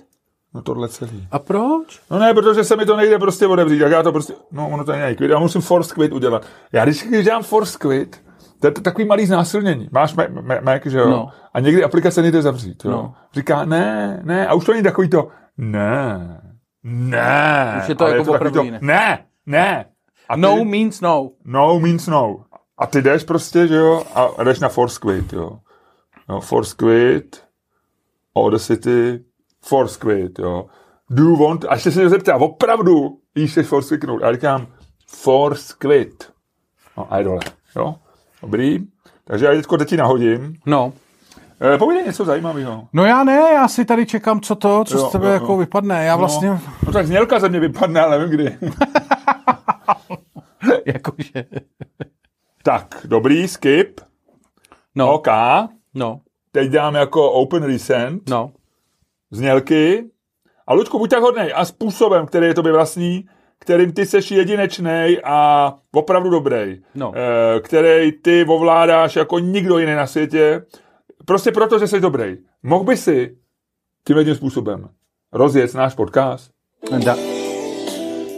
No tohle celý.
A proč?
No ne, protože se mi to nejde prostě odevřít, tak já to prostě, no ono to je nějaký quit, já musím force quit udělat. Já když, když dělám force quit, to je to takový malý znásilnění. Máš Mac, Mac- Mac že jo?
No.
No. A někdy aplikace nejde zavřít, jo?
No.
No. Říká, ne, ne, a už to není takový to, ne, ne.
Už je to
ale
jako
takový
opravdu jiné.
ne, ne. A ty,
No means no.
no means no. A ty jdeš prostě, že jo, a jdeš na force quit, jo. jo force quit, Audacity, force quit, jo. Do you want, a ještě se mě zeptá, opravdu, jíš chceš force quitnout. A já říkám, force quit. No a je dole, jo. Dobrý. Takže já teďko teď ti nahodím.
No.
E, povídej něco zajímavého.
No já ne, já si tady čekám, co to, co
Jo,
z tebe
jo, jo.
jako vypadne. Já vlastně,
No, no tak znělka ze mě vypadne, ale nevím kdy.
jakože,
tak, dobrý, skip.
no,
OK.
no,
Teď dám jako open recent.
no.
znělky. A Lučku, buď tak hodnej a způsobem, který je tobě vlastní, kterým ty seš jedinečnej a opravdu dobrý,
No.
e, který ty ovládáš jako nikdo jiný na světě, prostě proto, že jsi dobrý. Mohl by si tímhle tím způsobem rozjet náš podcast?
Da,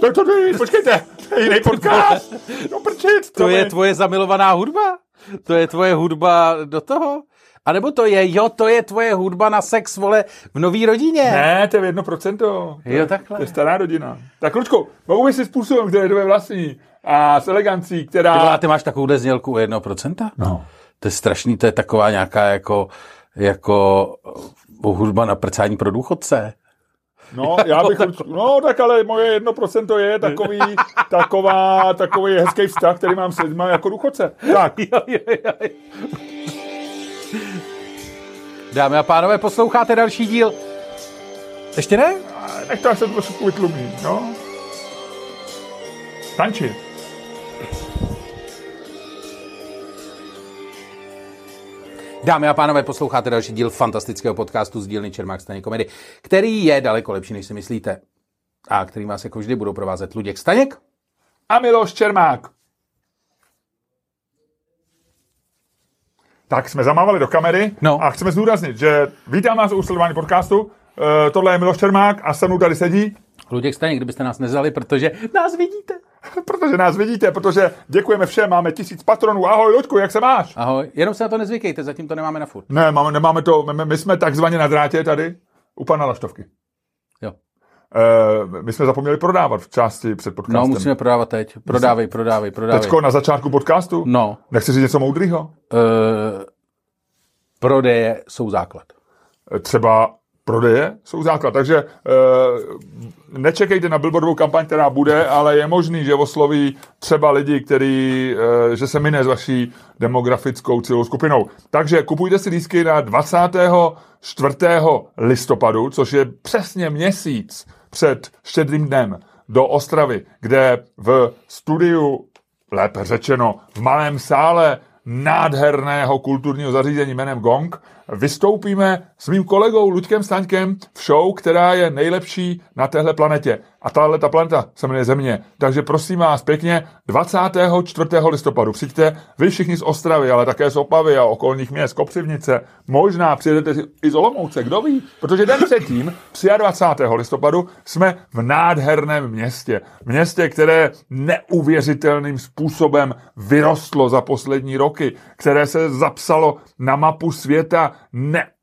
Tak to jde, počkejte, to je jiný podcast. No prčit,
to je
mi-
tvoje zamilovaná hudba? To je tvoje hudba do toho? A nebo to je, jo, to je tvoje hudba na sex, vole, v nový rodině?
Ne, to je jedno procento. To je-
Jo, takhle.
To je stará rodina. Tak Lučku, mohl by si způsobem, který je tobě vlastní a s elegancí,
Ty,
která...
vole, ty máš takovouhle znělku u 1%?
No.
To je strašný, to je taková nějaká jako, jako uh, hudba na prcání pro důchodce.
No, já bych... No, tak ale moje 1% je takový, taková, takový hezký vztah, který mám s lidma jako důchodce. Tak,
Jo, jo, jo. Dámy a pánové, posloucháte další díl. Ještě ne?
A Nech to až se trošku vytlumí, no. Tančit.
Dámy a pánové, posloucháte další díl fantastického podcastu z dílny Čermák Staněk komedy, který je daleko lepší, než si myslíte. A který vás jako vždy budou provázet Luděk Staněk
A Miloš Čermák. Tak jsme zamávali do kamery
No.
a chceme zdůraznit, že vítám vás u sledování podcastu. E, tohle je Miloš Čermák a se mnou tady sedí,
Luděk Staněk, kdybyste nás nezali, protože nás vidíte.
protože nás vidíte, protože děkujeme všem, máme tisíc patronů. Ahoj, Luďku, jak se máš?
Ahoj, jenom se na to nezvykejte, zatím to nemáme na furt.
Ne, máme, nemáme to, my, my jsme takzvaně na drátě tady u pana Laštovky.
Jo.
E, my jsme zapomněli prodávat v části před podcastem.
No, musíme prodávat teď. Prodávej, prodávej, prodávej.
Teďko na začátku podcastu?
No,
Nechci říct něco moudrýho?
uh, prodeje jsou základ.
třeba prodeje jsou základ. Takže e, nečekejte na billboardovou kampaň, která bude, ale je možný, že osloví třeba lidi, který, e, že se mine s vaší demografickou cílovou skupinou. Takže kupujte si lístky na 24. listopadu, což je přesně měsíc před štědrým dnem do Ostravy, kde v studiu lépe řečeno v malém sále nádherného kulturního zařízení jménem Gong, vystoupíme s mým kolegou Luďkem Staňkem v show, která je nejlepší na téhle planetě. A tahle ta planeta se jmenuje Země. Takže prosím vás pěkně, 24. listopadu přijďte vy všichni z Ostravy, ale také z Opavy a okolních měst, Kopřivnice. Možná přijedete i z Olomouce, kdo ví? Protože den předtím, 23. listopadu, jsme v nádherném městě. Městě, které neuvěřitelným způsobem vyrostlo za poslední roky, které se zapsalo na mapu světa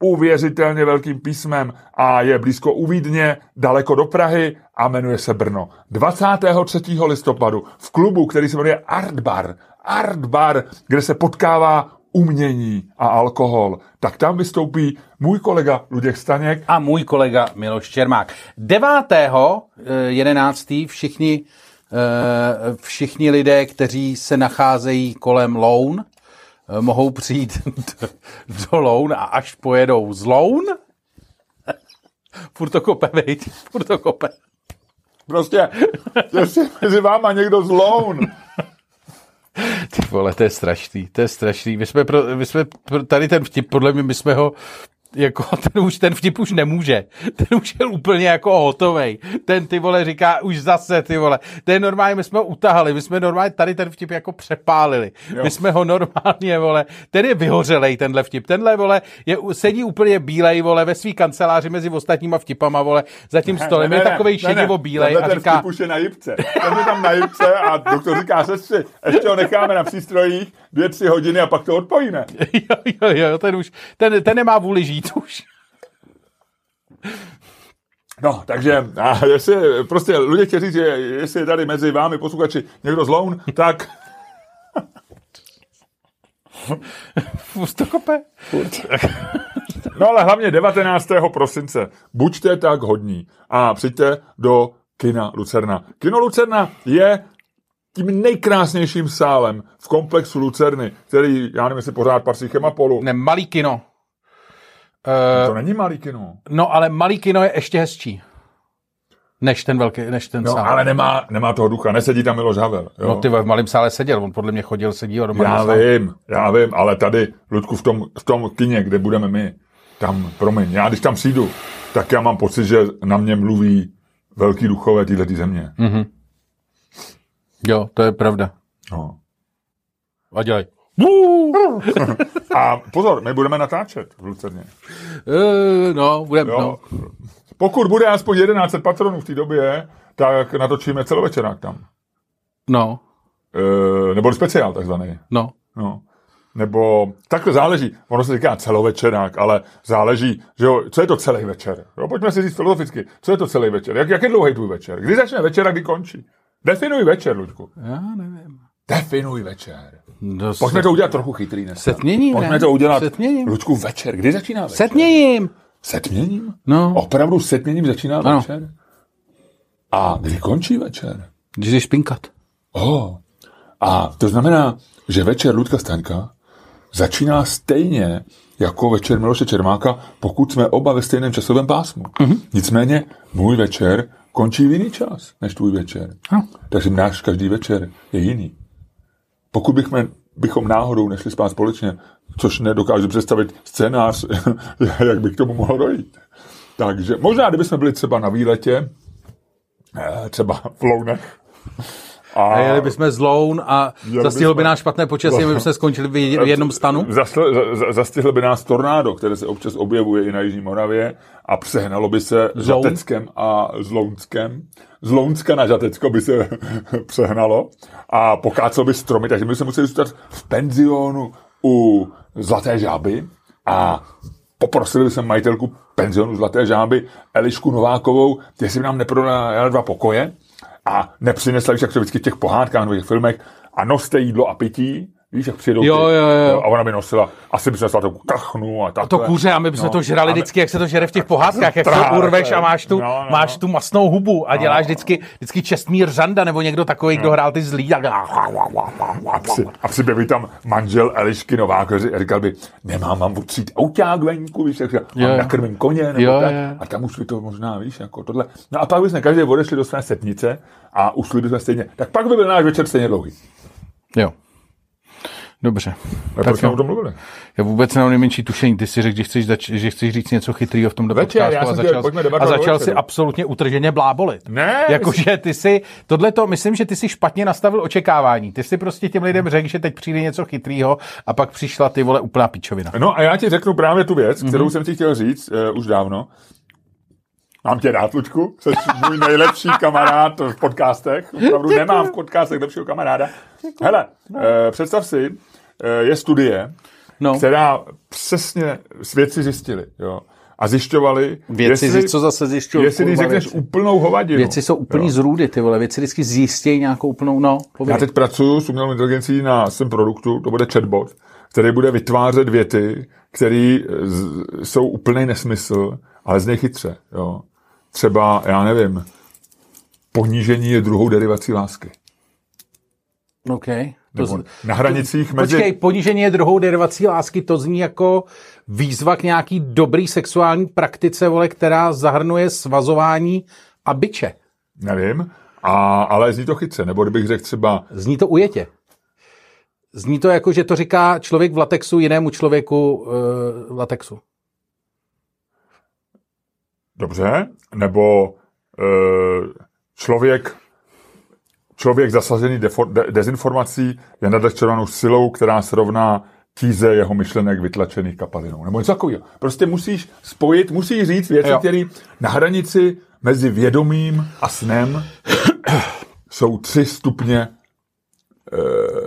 neuvěřitelně velkým písmem a je blízko u Vídně, daleko do Prahy a jmenuje se Brno. 23. listopadu v klubu, který se jmenuje Art Bar, Art Bar, kde se potkává umění a alkohol, tak tam vystoupí můj kolega Luděk Staněk
a můj kolega Miloš Čermák. 9.11. všichni, eh, všichni lidé, kteří se nacházejí kolem Loun, eh, mohou přijít d- do Loun a až pojedou z Loun, furt to kope, vejď, furt to kope.
Prostě, jestli mezi váma někdo z Loun.
Ty vole, to je strašný, to je strašný. My jsme, pro, my jsme pro, tady ten vtip, podle mě, my jsme ho jako ten, už, ten vtip už nemůže. Ten už je úplně jako hotovej. Ten ty vole říká už zase ty vole. To je normálně, my jsme ho utahali, my jsme normálně tady ten vtip jako přepálili. Jo. My jsme ho normálně vole, ten je vyhořelej tenhle vtip. Tenhle vole je, u- sedí úplně bílej vole ve svý kanceláři mezi ostatníma vtipama vole. Za tím stolem je takovej šedivo bílej
tenhle
a
ten
říká,
vtip už je na jipce. Ten je tam na jipce a doktor říká, sestři, ještě ho necháme na přístrojích dvě, tři hodiny a pak to odpojíme.
jo, jo, jo, ten už, ten, ten nemá vůli žít už.
No, takže a jestli prostě lidé chtějí říct, že jestli je tady mezi vámi posluchači někdo z Loun, tak
Furt to kope.
No ale hlavně 19. prosince. Buďte tak hodní a přijďte do kina Lucerna. Kino Lucerna je tím nejkrásnějším sálem v komplexu Lucerny, který, já nevím, jestli pořád patří Chemapolu.
Ne, malý kino.
To není malý kino.
No, ale malý kino je ještě hezčí. Než ten velký, než ten
No,
sám.
ale nemá, nemá toho ducha, nesedí tam Miloš Havel. Jo?
No ty vole, v malém sále seděl, on podle mě chodil, seděl do
já
malého sálu.
vím, já vím, ale tady, Ludku, v tom, v tom kině, kde budeme my, tam, promiň, já když tam přijdu, tak já mám pocit, že na mě mluví velký duchové této země.
Hm.
Mm.
Jo, to je pravda.
No.
A dělej.
A pozor, my budeme natáčet v Lucerně.
Uh, no, budem,
Jo.
no.
Pokud bude aspoň 1100 patronů v té době, tak natočíme celovečerák tam.
No,
E, nebo speciál takzvaný.
no.
No. Nebo takhle záleží. Ono se říká celovečerák, ale záleží, že jo, co je to celý večer. Jo, pojďme si říct filozoficky, co je to celý večer. Jak, jak je dlouhý tvůj večer? Kdy začne večer a kdy končí? Definuj večer, Luďku.
Já nevím.
Definuj večer.
No,
Pojďme to udělat trochu chytrý dneska.
Setměním, ne?
Pojďme to udělat.
Setměním.
Luďku, večer. Kdy začíná večer?
Setnějím.
Setměním?
No,
Opravdu setměním začíná
Ano.
večer? A kdy končí večer?
když jsi špinkat.
Oh. A to znamená, že večer Ludka Staňka začíná stejně jako večer Miloše Čermáka, pokud jsme oba ve stejném časovém pásmu.
Mhm.
Mm-hmm. Nicméně můj večer končí v jiný čas než tvůj večer.
Ano.
Takže náš každý večer je jiný. Pokud bychom, bychom náhodou nešli spát společně, což nedokážu představit scénář, jak by k tomu mohlo dojít. Takže možná, kdybychom byli třeba na výletě, eh, třeba v Lounech,
A jeli bychom z Loun a
Jeli
zastihl by
bychom-
nás špatné počasí, my bychom skončili v jedi- v jednom stanu.
Zasl, za- za, zastihl by nás tornádo, které se občas objevuje i na Jižní Moravě a přehnalo by se
Zloun?
Žateckem a Zlounskem. Zlounska na Žatecko by se přehnalo a pokácel by stromy, takže my jsme museli zůstat v penzionu u Zlaté žáby a poprosili jsem majitelku penzionu Zlaté žáby Elišku Novákovou, jestli by nám neprodala dva pokoje a nepřinesla, víš, jak to vždycky v těch pohádkách nebo těch filmech, a noste jídlo a pití, víš, jak přijedou
Jo,
ty-
jo, jo.
A ona by nosila, asi by přinesla takovou kachnu a tak.
To kuře a my bychom to žrali
no, a my-
vždycky, jak se to žere v těch pohádkách, jak to
Právě.
urveš a máš tu,
No, no, no.
máš tu masnou hubu a děláš vždycky, vždycky Čestmír Řanda nebo někdo takový,
No.
kdo hrál ty zlý. A...
A, při, a přiběhl by tam manžel Elišky Novák, který říkal by, nemám, mám otřít auták venku, víš, jak říkal,
Jo, jo.
mám nakrmím koně, nebo
Jo,
tak.
jo.
A tam už by to možná, víš, jako tohle. No a pak bychom každý odešli do své setnice a ušli bychom stejně. Tak pak by byl náš večer stejně dlouhý.
Jo. Dobře.
A proč jsme o tom mluvili?
Já vůbec nemám nejmenší tušení. Ty si řekl, že chceš, zač- že chceš říct něco chytrýho v tomhle
Večer, já
podcastu
jsem
a
chtěl-
začal,
pojďme
a
debatovat o
začal si
večeru.
absolutně utrženě blábolit.
Ne,
Jakože ty si, tohle to, myslím, že ty si špatně nastavil očekávání. Ty si prostě těm lidem řekl, že teď přijde něco chytrýho a pak přišla ty vole úplná pičovina.
No a já ti řeknu právě tu věc, kterou
Mhm.
jsem ti chtěl říct uh, už dávno. Mám tě rád, Lučku, jsi můj nejlepší kamarád v podcastech. Opravdu nemám v podcastech lepšího kamaráda. Hele, uh, představ si, uh, je studie,
No.
která přesně svědci zjistili. Jo, a zjišťovali,
Věci,
jestli,
co zase zjišťují.
jestli když řekneš úplnou hovadinu.
Věci jsou úplný jo. zrůdy, ty vole. Věci vždycky zjistějí nějakou úplnou, no,
Já
pověď.
teď pracuji s umělou inteligencí na svém produktu, to bude chatbot, který bude vytvářet věty, které eh, z- jsou úplný nesmysl, ale z něj chytře. Jo. Třeba, já nevím, ponížení je druhou derivací lásky.
OK. To
Nebo
z...
na hranicích mezi...
Počkej, ponížení je druhou derivací lásky, to zní jako výzva k nějaký dobrý sexuální praktice, vole, která zahrnuje svazování a biče.
Nevím, a, ale zní to chytře. Nebo kdybych řekl třeba,
Zní to ujetě. Zní to jako, že to říká člověk v latexu jinému člověku uh, v latexu.
dobře, nebo e, člověk člověk zasažený defo- de- dezinformací je nadečerovanou silou, která se rovná tíze jeho myšlenek vytlačených kapalinou. Nebo něco takového. Prostě musíš spojit, musíš říct věci,
Jo.
které na hranici mezi vědomím a snem jsou tři stupně e,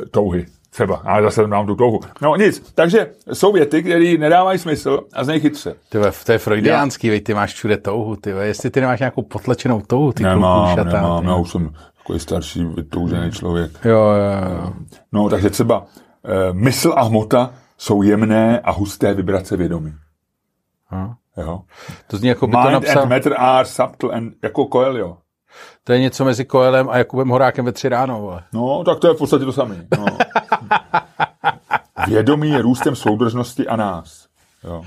touhy. Třeba. Ale zase mám tu touhu. No nic. Takže jsou věty, které nedávají smysl a z nich chytře.
Ty ve, to je freudiánský, vej, ty máš všude touhu, ty ve. jestli ty nemáš nějakou potlačenou touhu, ty
Nemám,
klukušatá,
nemám.
ty.
Já už jsem takový starší, vytoužený člověk.
Jo, jo, jo.
No, takže třeba e, mysl a hmota jsou jemné a husté vibrace vědomí.
Aha.
Jo.
To zní jako by to
Mind
napsal,
and matter are subtle and, jako Coelho.
to je něco mezi Koelem a Jakubem Horákem ve tři ráno, vole.
No, tak to je v podstatě to samé. No. Vědomí je růstem soudržnosti a nás. Jo.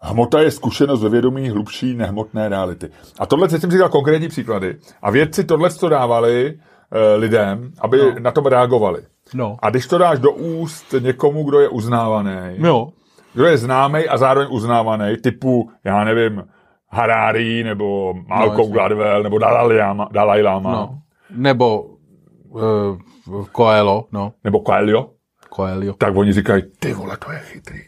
Hmota je zkušenost ve vědomí hlubší nehmotné reality. A tohle jsem říkal konkrétní příklady. A vědci tohle to dávali eh, lidem, aby no. na tom reagovali.
No.
A když to dáš do úst někomu, kdo je uznávaný,
Jo.
kdo je známý a zároveň uznávaný, typu, já nevím, Harari, nebo Malcolm
No, jasně.
Gladwell, nebo Dalai Lama, Dalai Lama
No. Nebo uh, Coelho, no.
nebo Coelho,
Coelho.
tak oni říkají, ty vole, to je chytrý.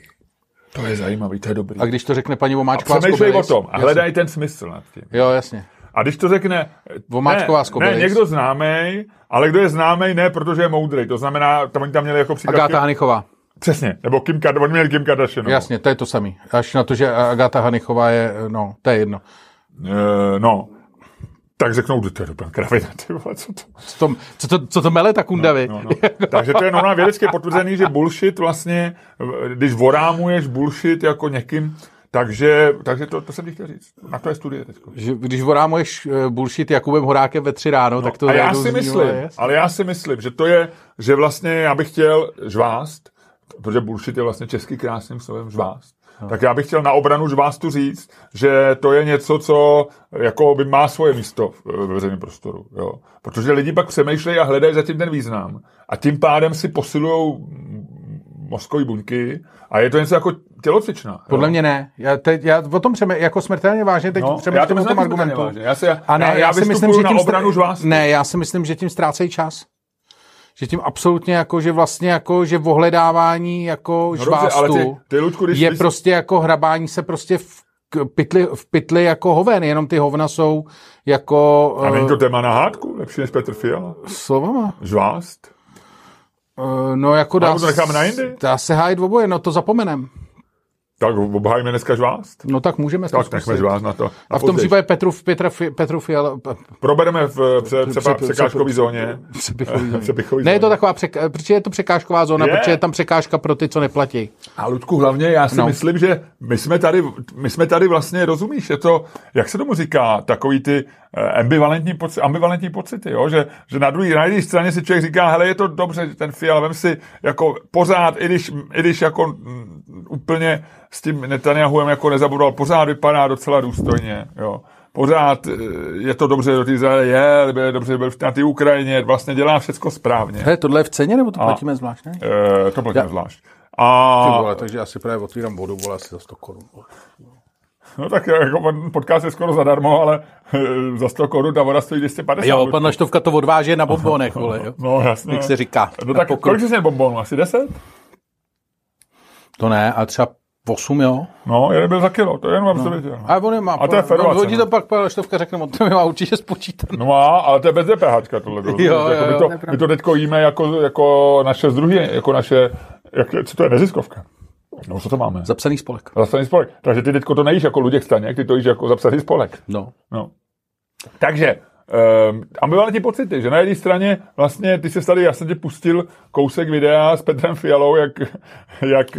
To je zajímavý, to je dobrý.
A když to řekne paní Vomáčková
Přemýšlej o
Skobelis-
tom a
Jasně.
hledají ten smysl nad tím.
Jo, jasně.
A když to řekne
Vomáčková z
ne,
Kobylis.
ne, někdo známý, ale kdo je známý, ne, protože je moudrý. To znamená, tam oni tam měli jako příklad.
Agáta Hanichová.
Přesně, nebo Kim Kardashian, oni měli Kim Kardashian.
Jasně, to je to samý. Až na to, že Agáta Hanichová je, no, to je jedno.
E, no, tak řeknou, to je dobrá kravina, ty vole, co to?
Co to, co to, co to mele ta kundavy?
No, no. Takže to je normálně vědecky potvrzený, že bullshit vlastně, v- když vorámuješ bullshit jako někým, Takže, takže to, to jsem ti chtěl říct. Na to je studie teď.
Že, když vorámuješ eh, bullshit Jakubem Horákem ve tři ráno, no, tak to
a já
najednou
si
zní,
myslím,
vole, jas.
ale já si myslím, že to je, že vlastně já bych chtěl žvást, protože bullshit je vlastně česky krásným slovem žvást,
No.
tak já bych chtěl na obranu žvástu říct, že to je něco, co jako by má svoje místo v- ve veřejném prostoru. Jo. Protože lidi pak přemýšlejí a hledají zatím ten význam. A tím pádem si posilují mozkové buňky a je to něco jako tělocvičná.
Podle mě ne. Já, teď, já o tom přeme, jako smrtelně vážně teď no,
já to
přemýšlím o
myslím
tom
taky
argumentu.
vážně. Já, se,
A ne, já, já si myslím, že
na
tím
obranu žvástu.
Ne, já si myslím, že tím ztrácejí čas. Že tím absolutně jako, že vlastně jako, že ohledávání jako
No
no,
dobře, ale
žvástu
ty, ty Ludku, když
je
vys-
prostě jako hrabání se prostě v k- pytli, v pytli jako hoven, jenom ty hovna jsou jako
A není
uh,
to téma na hádku, lepší než Petr Fiala?
slovama.
Žvást?
Uh, no jako dá,
to necháme na jindy.
dá se hájit oboje, no to zapomenem.
Tak obhájíme dneska žvást?
No tak můžeme to
Tak nechme
zkusit.
žvást na to. Na
A v tom
později.
případě Petru, Petra, Fi- Petru Fiala,
Probereme v pře, pře,
Přepi-
překážkové
přepi-
zóně.
přepichový zóna.
Přepichový
Ne, je to
zóna.
taková, přek, eh, protože je to překážková zóna,
Je.
protože je tam překážka pro ty, co neplatí.
A Ludku, hlavně já si no.
No.
myslím, že my jsme, tady, my jsme tady vlastně, rozumíš, je to, jak se tomu říká, takový ty eh, ambivalentní, poci, ambivalentní pocity, jo? že, že na druhé na jedné straně si člověk říká, hele, je to dobře, že ten Fiala, vem si jako pořád, i když, i když jako mm, úplně s tím Netanyahuem jako nezabudoval, pořád vypadá docela důstojně, jo. Pořád eh, je to dobře, že do té Izraele je, byl dobře, byl na té Ukrajině, vlastně dělá všechno správně.
Hele, tohle je v ceně, nebo to platíme zvlášť, ne?
Eh, to platíme zvlášť. A,
takže asi právě otvírám vodu, vole, asi za 100 korun.
No tak jako on- podcast je skoro zadarmo, ale eh, za 100 korun ta voda stojí 250.
Jo, pan Laštovka to odváže na bombonech, vole, jo.
No jasně.
Jak se říká.
No
na
tak
pokru.
kolik jsi měl bonbonů? Asi 10?
To ne, a třeba 8, jo.
No, jeden byl za kilo, to jenom no. věděl.
A on je má.
A to je
on-
ferovace,
on hodí
no.
to pak, pan Laštovka řekne, on to má určitě spočítané.
No má, ale to je bez DPH tohle. Jo,
jo,
jako my,
jo,
to,
to je pravda.
my to teďko jíme jako, jako naše združí, jako naše, jak, co to je, neziskovka? No co to máme?
Zapsaný spolek.
Zapsaný spolek. Takže ty teďko to nejíš jako Luděk Staněk, ty to jíš jako zapsaný spolek.
No.
No. Takže um, ambivalentní pocity, že na jedné straně vlastně ty se tady, já jsem ti pustil kousek videa s Petrem Fialou, jak, jak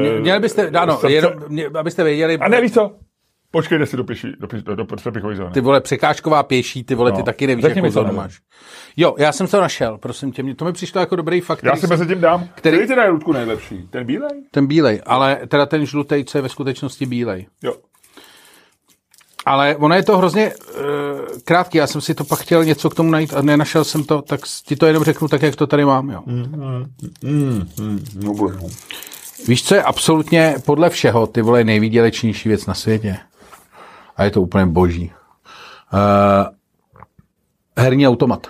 Mě-
eh,
Měli byste, ano,
srdce-
jenom, mě, abyste věděli,
A ne, víš co? Počkejte si do pěší, do, pěší, do, do, do přepichové zóny.
Ty vole, překážková pěší, ty vole,
No.
ty taky nevíš,
Řekni mi
jakou
to,
zónu
ne.
máš. Jo, já jsem to našel, prosím tě, mě to mi přišlo jako dobrý fakt.
Já si
který jsem-
mezi tím dám. Který,
který-
který teda je Ludku nejlepší? Ten bílej?
Ten bílej, ale teda ten žlutej, co je ve skutečnosti bílej.
Jo.
Ale ono je to hrozně uh, krátký, já jsem si to pak chtěl něco k tomu najít a nenašel jsem to, tak s- ti to jenom řeknu tak, jak to tady mám, jo.
No bude.
Víš, co je absolutně podle všeho, ty vole, nejvýdělečnější věc na světě? A je to úplně boží. Uh, herní automat.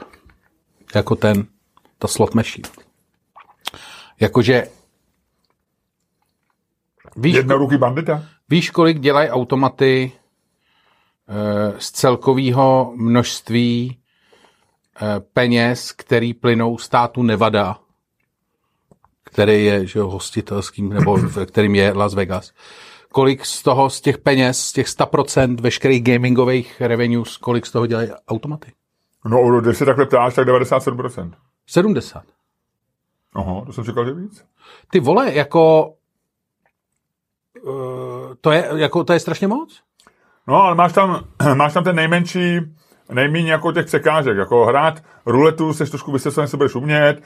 Jako ten, ta slot machine. Jakože víš,
Jednoruký bandita?
víš, kolik dělají automaty eh, z celkového množství eh, peněz, který plynou státu Nevada, který je že jo, hostitelským, nebo v kterým je Las Vegas. Kolik z toho, z těch peněz, z těch 100% veškerých gamingových revenues, kolik z toho dělají automaty?
No, když se takhle ptáš, tak 97%.
70.
Aha, to jsem čekal, že víc.
Ty vole, jako... eh, To je, jako, to je strašně moc?
No, ale máš tam, máš tam ten nejmenší, nejmíň jako těch překážek. Jako hrát ruletu, seš trošku vysvětlený, co budeš umět.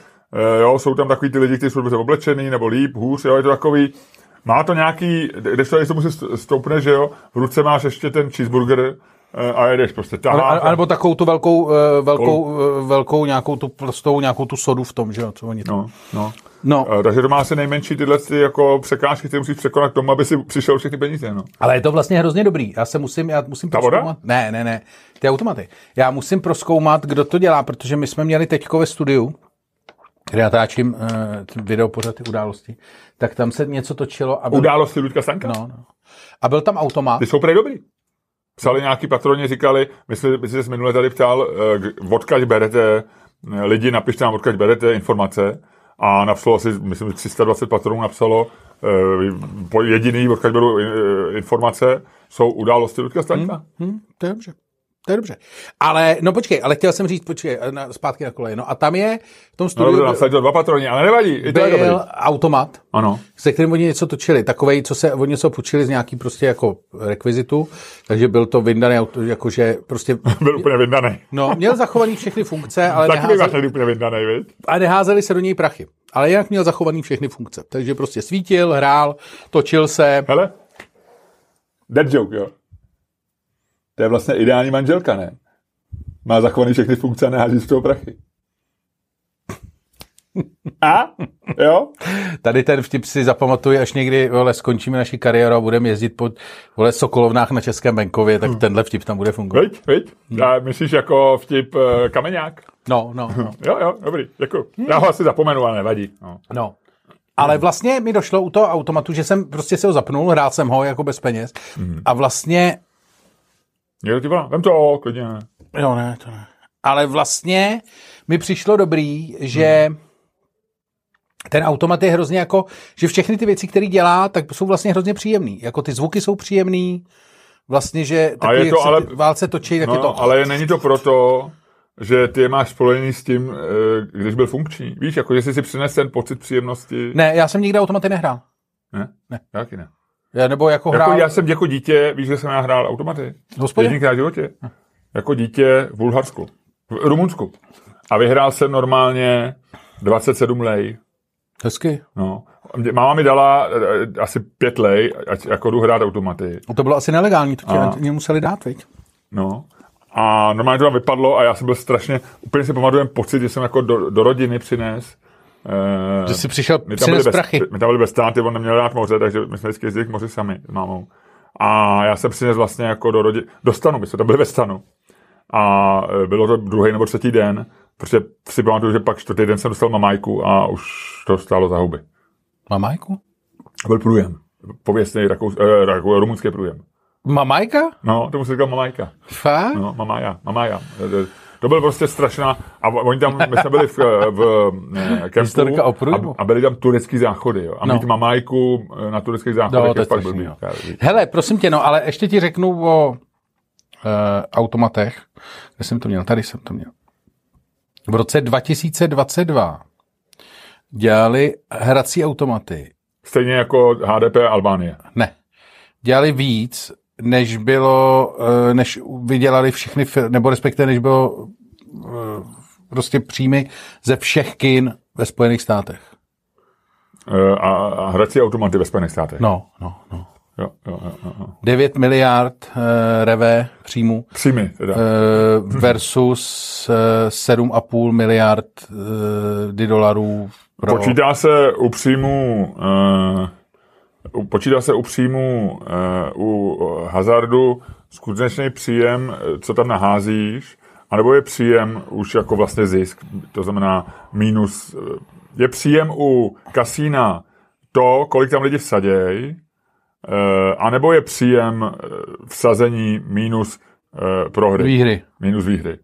E, jo, jsou tam takový ty lidi, kteří jsou dobře oblečený, nebo líp, hůř, jo, je to takový, má to nějaký, když to tomu si st- stoupne, že jo, v ruce máš ještě ten cheeseburger e, a jedeš prostě.
A,
Tahá,
a, a nebo takovou tu velkou, eh, velkou, eh, velkou nějakou tu prostou, nějakou tu sodu v tom, že jo, co oni tam.
no, no.
No,
E, takže to má asi nejmenší tyhle ty jako překážky, které musíš překonat k tomu, aby si přišel všechny peníze, no.
ale je to vlastně hrozně dobrý. Já se musím, já musím
Ta voda?
Ne, ne, ne, ty automaty. Já musím proskoumat, kdo to dělá, protože my jsme měli teďko ve studiu, kde natáčím uh, video pořad ty události, tak tam se něco točilo a byl,
Události Ludka Stanka?
no, no. a byl tam automat.
Ty jsou prej dobrý. Psali nějaký patroni, říkali, my jsme, my jsme se minule tady ptal, eh, k- odkaď berete, eh, lidi napište nám, odkaď berete informace. A napsalo asi, myslím, že 320 patronů napsalo, eh, po-
Hmm.
jediný, odkaď beru eh, informace, jsou události Ludka Staňka.
Hm, to je dobře. To je dobře. Ale, no počkej, ale chtěl jsem říct, počkej, na, zpátky na kolej. No a tam je v tom
No
studiu
dobře, nasadil dva patroni, ale nevadí, i to je dobrý.
byl automat,
Ano.
se kterým oni něco točili, takovej, co se, oni něco půjčili z nějaký prostě jako rekvizitu, takže byl to vyndaný auto, jakože prostě,
Byl úplně vyndaný.
no, měl zachovaný všechny funkce, ale
Taky bych
neházel,
vás měl úplně vyndaný, viď?
a neházeli se do něj prachy. Ale jinak měl zachovaný všechny funkce, takže prostě svítil, hrál, točil se,
Hele, dead joke, jo. To je vlastně ideální manželka, ne? Má zachovaný všechny funkce a nehází z toho prachy. A? Jo?
Tady ten vtip si zapamatuju, až někdy vole, skončíme naši kariéru a budeme jezdit po vole, Sokolovnách na Českém venkově, tak tenhle vtip tam bude fungovat.
Viď, viď? Já myslíš jako vtip eh, kameňák?
No, no, no.
Jo, jo, dobrý, děkuji. Já ho asi zapomenu, ale nevadí. No.
no. Ale vlastně mi došlo u toho automatu, že jsem prostě se ho zapnul, hrál jsem ho jako bez peněz
Mhm.
a vlastně,
Někdo ti volá, vem to, klidně.
jo ne, to ne, ale vlastně mi přišlo dobrý, že
Mhm.
ten automat je hrozně jako, že všechny ty věci, které dělá, tak jsou vlastně hrozně příjemný. Jako ty zvuky jsou příjemný, vlastně, že
je
taky,
to
jak se
ale-
ty válce točí, tak je
No,
to...
to... ale není to proto, že ty je máš spojený s tím, eh, když byl funkční. Víš, jako jestli si přines ten pocit příjemnosti.
Ne, já jsem nikdy automaty nehrál.
Ne? Ne. Taky ne.
Já, nebo jako
Jako
hrál
já jsem jako dítě, víš, že jsem já hrál automaty.
v hospodě?
Jedinkrát v životě. Jako dítě v Bulharsku. V Rumunsku. A vyhrál jsem normálně 27 lej.
Hezky.
No. Mě- Máma mi dala eh, asi pět lej, ať jako jdu hrát automaty.
No to bylo asi nelegální, to tě
A.
mě museli dát, viď?
No. A normálně to tam vypadlo a já jsem byl strašně, úplně si pamatuju ten pocit, že jsem jako do, do rodiny přines. eh,
Že jsi přišel
my tam, byli
přines
bez,
prachy.
my tam byli bez táty, on neměl rád moře, takže my jsme vždycky jezdili k moři sami s mámou. A já jsem přinesl vlastně jako do rodin, do stanu, my jsme tam byli ve stanu. A eh, bylo to druhý nebo třetí den, protože si pamatuju, že pak čtvrtý den jsem dostal mamajku a už to stálo za huby.
Mamajku?
To byl průjem. Pověstný rakous, eh, rakou, rumunský průjem.
Mamajka?
No, tomu se říkal mamajka.
Fakt?
No, mamája, mamája. To byl prostě strašná. A oni tam, my jsme byli v, eh, v eh, kempu
Historka o průjmu.
a, a, byly tam turecký záchody. Jo. A
No.
mít mamajku eh, na tureckých záchodech
No, to je
fakt
strašný,
blbý.
jo. Hele, prosím tě, no, ale ještě ti řeknu o uh, automatech. Kde jsem to měl? Tady jsem to měl. V roce 2022 dělali hrací automaty.
Stejně jako HDP Albánie.
Ne. Dělali víc, než bylo, eh, než vydělali všechny, fil- nebo respektive než bylo eh, prostě příjmy ze všech kin ve Spojených státech.
Eh, A, a hrací automaty ve Spojených státech.
No, no, no.
Jo, jo, jo, jo, jo.
9 miliard eh, revé příjmu
Příjmy teda.
eh, versus eh, 7,5 miliard eh, dolarů pro...
Počítá se u příjmu eh, u- počítá se u příjmu eh, u hazardu skutečný příjem, eh, co tam naházíš, anebo je příjem už jako vlastně zisk, to znamená minus. eh, Je příjem u kasína to, kolik tam lidi vsaděj, eh, anebo je příjem eh, vsazení minus eh, prohry.
výhry.
Minus výhry.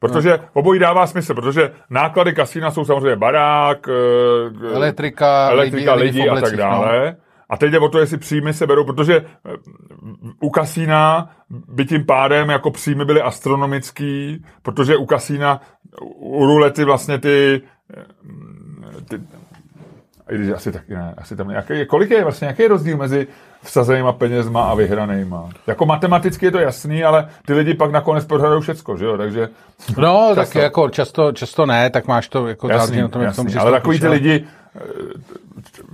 Protože obojí dává smysl, protože náklady kasína jsou samozřejmě barák, eh,
Elektrika,
elektrika
lidi,
lidí
v
a tak
oblecích, No.
dále. A teď jde o to, jestli příjmy se berou, protože eh, u kasína by tím pádem jako příjmy byly astronomický, protože u kasína, u rulety vlastně ty, eh, ty i když asi taky ne, asi tam nějaký, kolik je vlastně, jaký je rozdíl mezi vsazenýma penězma a vyhranýma? Jako matematicky je to jasný, ale ty lidi pak nakonec prohrajou všecko, že jo, takže
No, tak
Často.
jako často, často ne, tak máš to jako
jasný,
na tom, jak k tomu
jasný. ale takový ty
přistoupíš,
lidi eh,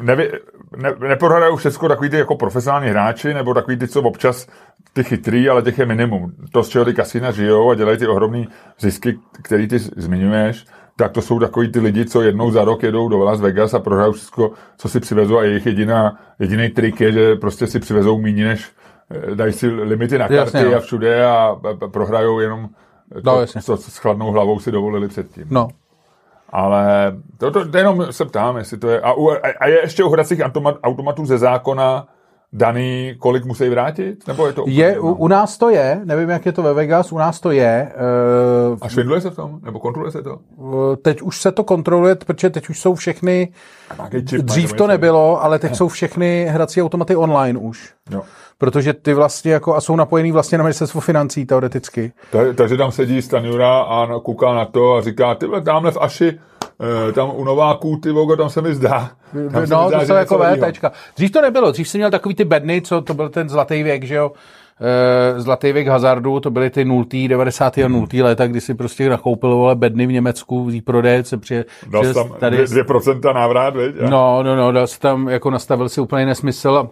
nevě, ne, neprohrajou všecko, takový ty jako profesionální hráči, nebo takový ty, co občas ty chytrý, ale těch je minimum. To, z čeho ty kasína žijou a dělají ty ohromné zisky, který ty zmiňuješ, tak to jsou takový ty lidi, co jednou za rok jedou do Las Vegas a prohrajou všechno, co si přivezou a jejich jediná, jediný trik je, že prostě si přivezou méně než eh, dají si limity na karty
Jasně, no.
a všude a, a, a prohrajou jenom
No,
to,
jasně.
co s chladnou hlavou si dovolili předtím.
No,
Ale to, to, to jenom se ptám, jestli to je. A, u, a, a je ještě u hracích automa- automatů ze zákona daný, kolik musí vrátit? Nebo je to úplně
Je,
jedno?
u, u nás to je, nevím, jak je to ve Vegas, u nás to je. eh,
A švindluje se v tom? Nebo kontroluje se to?
Eh, teď už se to kontroluje, protože teď už jsou všechny,
Nějaký čip,
dřív
mají,
to
jestli-
nebylo, ale teď jsou všechny hrací automaty online už.
Jo.
Protože ty vlastně jako, a jsou napojený vlastně na ministerstvo financí teoreticky.
Ta- Takže tam sedí Stanjura a na- kouká na to a říká, ty vole, tamhle v Aši, eh, tam u Nováků, ty vogo, tam se mi zdá. Tam se mi
No,
zdá,
to
že
jsou
něco
jako
velkýho.
VTčka. Dřív to nebylo, dřív jsi měl takový ty bedny, co to byl ten zlatý věk, že jo? Eh, Zlatý věk hazardu, to byly ty 0. 90. a 0. léta, kdy si prostě nakoupil vole bedny v Německu, v prodeje, se přijel,
Dal jsi
přijel
tam dvě- 2% návrat, viď? A-
No, no, no, dal si tam, jako nastavil si úplně nesmysl a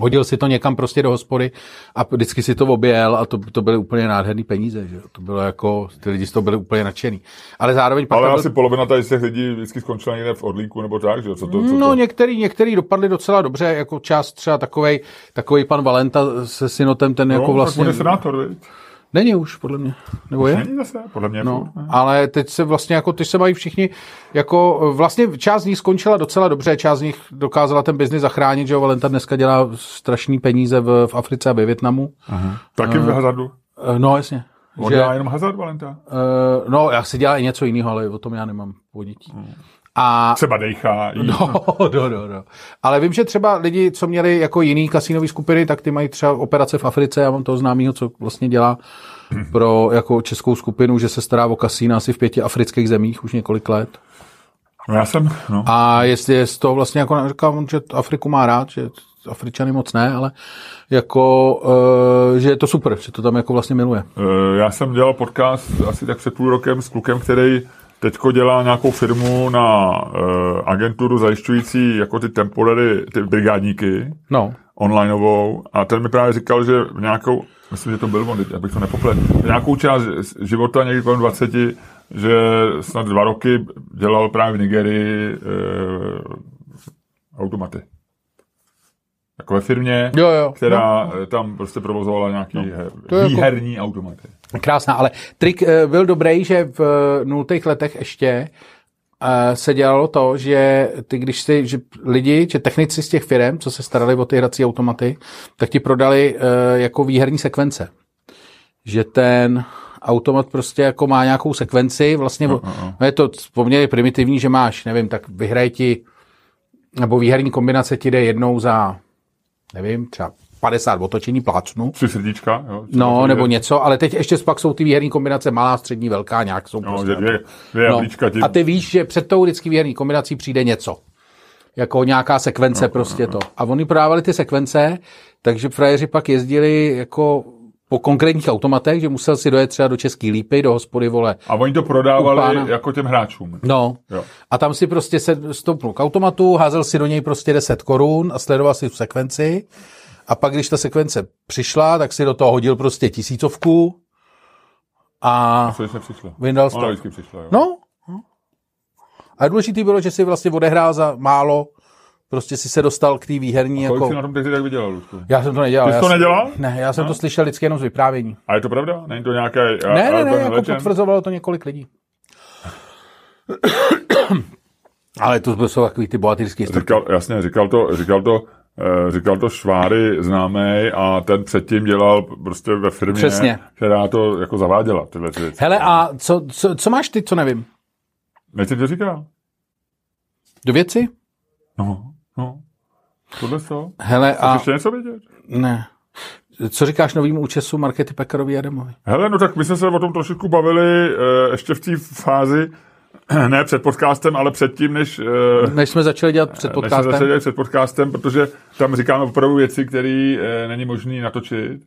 hodil si to někam prostě do hospody a vždycky si to objel a to, to byly úplně nádherný peníze, že jo? To bylo jako, ty lidi z toho byli úplně nadšený. Ale zároveň pak
Ale
tam byl-
asi polovina tady z těch lidí vždycky skončila někde v odlíku nebo tak, že jo? Co to, co
No,
to?
některý, některý dopadli docela dobře, jako část třeba takovej, takovej pan Valenta se synotem, ten jako
no,
vlastně...
Tak on je senátor, viď?
Není už, podle mě. Nebo je?
Není zase, podle mě.
No,
No.
ale teď se vlastně jako, ty se mají všichni, jako eh, vlastně část z nich skončila docela dobře, část z nich dokázala ten biznis zachránit, že jo, Valenta dneska dělá strašný peníze v, v Africe a ve Větnamu.
Taky v hazardu.
Eh, No, jasně.
On
že-
dělá jenom hazard, Valenta.
eh, no, já si dělá i něco jiného, ale o tom já nemám ponětí.
Hmm.
A,
Třeba dejchá. jí.
No, no, no, no. Ale vím, že třeba lidi, co měli jako jiný kasinový skupiny, tak ty mají třeba operace v Africe, já mám toho známého, co vlastně dělá pro jako českou skupinu, že se stará o kasína asi v pěti afrických zemích už několik let.
No já jsem, no.
A jestli je z toho vlastně, jako říkám, že Afriku má rád, že Afričany moc ne, ale jako, eh, že je to super, že to tam jako vlastně miluje.
Eh, Já jsem dělal podcast asi tak před půl rokem s klukem, který teďko dělá nějakou firmu na eh, agenturu zajišťující jako ty temporary, ty brigádníky
No.
onlineovou a ten mi právě říkal, že v nějakou, myslím, že to byl on, teď, abych to nepopletl, v nějakou část z- života, někdy kolem 20, že snad dva roky dělal právě v Nigerii eh, automaty. Jako ve firmě,
Jo, jo.
která eh, tam prostě provozovala nějaký
To
no,
je jako-
výherní automaty.
Krásná, ale trik eh, byl dobrý, že v eh, nultých letech ještě eh, se dělalo to, že ty, když si, že lidi, že technici z těch firm, co se starali o ty hrací automaty, tak ti prodali eh, jako výherní sekvence. Že ten automat prostě jako má nějakou sekvenci, vlastně no, no, je to poměrně primitivní, že máš, nevím, tak vyhraje ti, nebo výherní kombinace ti jde jednou za, nevím, třeba 50 otočení plácnu,
Tři srdíčka, jo? Třeba
No,
to
nebo
je-
něco, ale teď ještě pak jsou ty výherní kombinace malá, střední, velká, nějak jsou
No,
prostě.
že dvě, dvě
no.
jablíčka ti...
A ty víš, že před tou vždycky výherní kombinací přijde něco. Jako nějaká sekvence no, prostě no, to. A oni prodávali ty sekvence, takže frajeři pak jezdili jako po konkrétních automatech, že musel si dojet třeba do Český Lípy, do hospody, vole.
A oni to
U pána.
prodávali jako těm hráčům.
No.
Jo.
A tam si prostě se stoupnul k automatu, házel si do něj prostě 10 korun a sledoval si tu sekvenci. A pak, když ta sekvence přišla, tak si do toho hodil prostě tisícovku a
Co se přišlo?
vyndal
Ono
to.
vždycky přišlo, jo.
No. A důležitý bylo, že si vlastně odehrál za málo, prostě si se dostal k té výherní.
Kolik
Jako...
jsi na tom tehdy tak vydělal, Lučku?
Já jsem to nedělal.
Ty jsi
já
to
jsem-
nedělal?
Ne, já jsem to slyšel vždycky jenom z vyprávění.
A je to pravda? Není to nějaké...
Ne, ne, ne, jako potvrzovalo to několik lidí. Ale to jsou takový ty bohatýrský
Říkal, jasně, říkal to, říkal to, eh, říkal to Šváry známý a ten předtím dělal prostě ve firmě,
Přesně.
která to jako zaváděla, tyhle ty věci.
Hele, a co, co, co máš ty, co nevím?
Nechci to říkal?
Do věci?
No, no. Tohle to?
Hele,
A...
a
Ještě něco vidět?
ne. Co říkáš novým účesu Markety Pekarovi Adamovi?
Hele, no tak my jsme se o tom trošičku bavili eh, ještě v té fázi, ne před podcastem, ale předtím, než, eh,
Než jsme začali dělat
než
před
jsme začali
podcastem.
dělat před podcastem, protože tam říkáme opravdu věci, které eh, není možné natočit.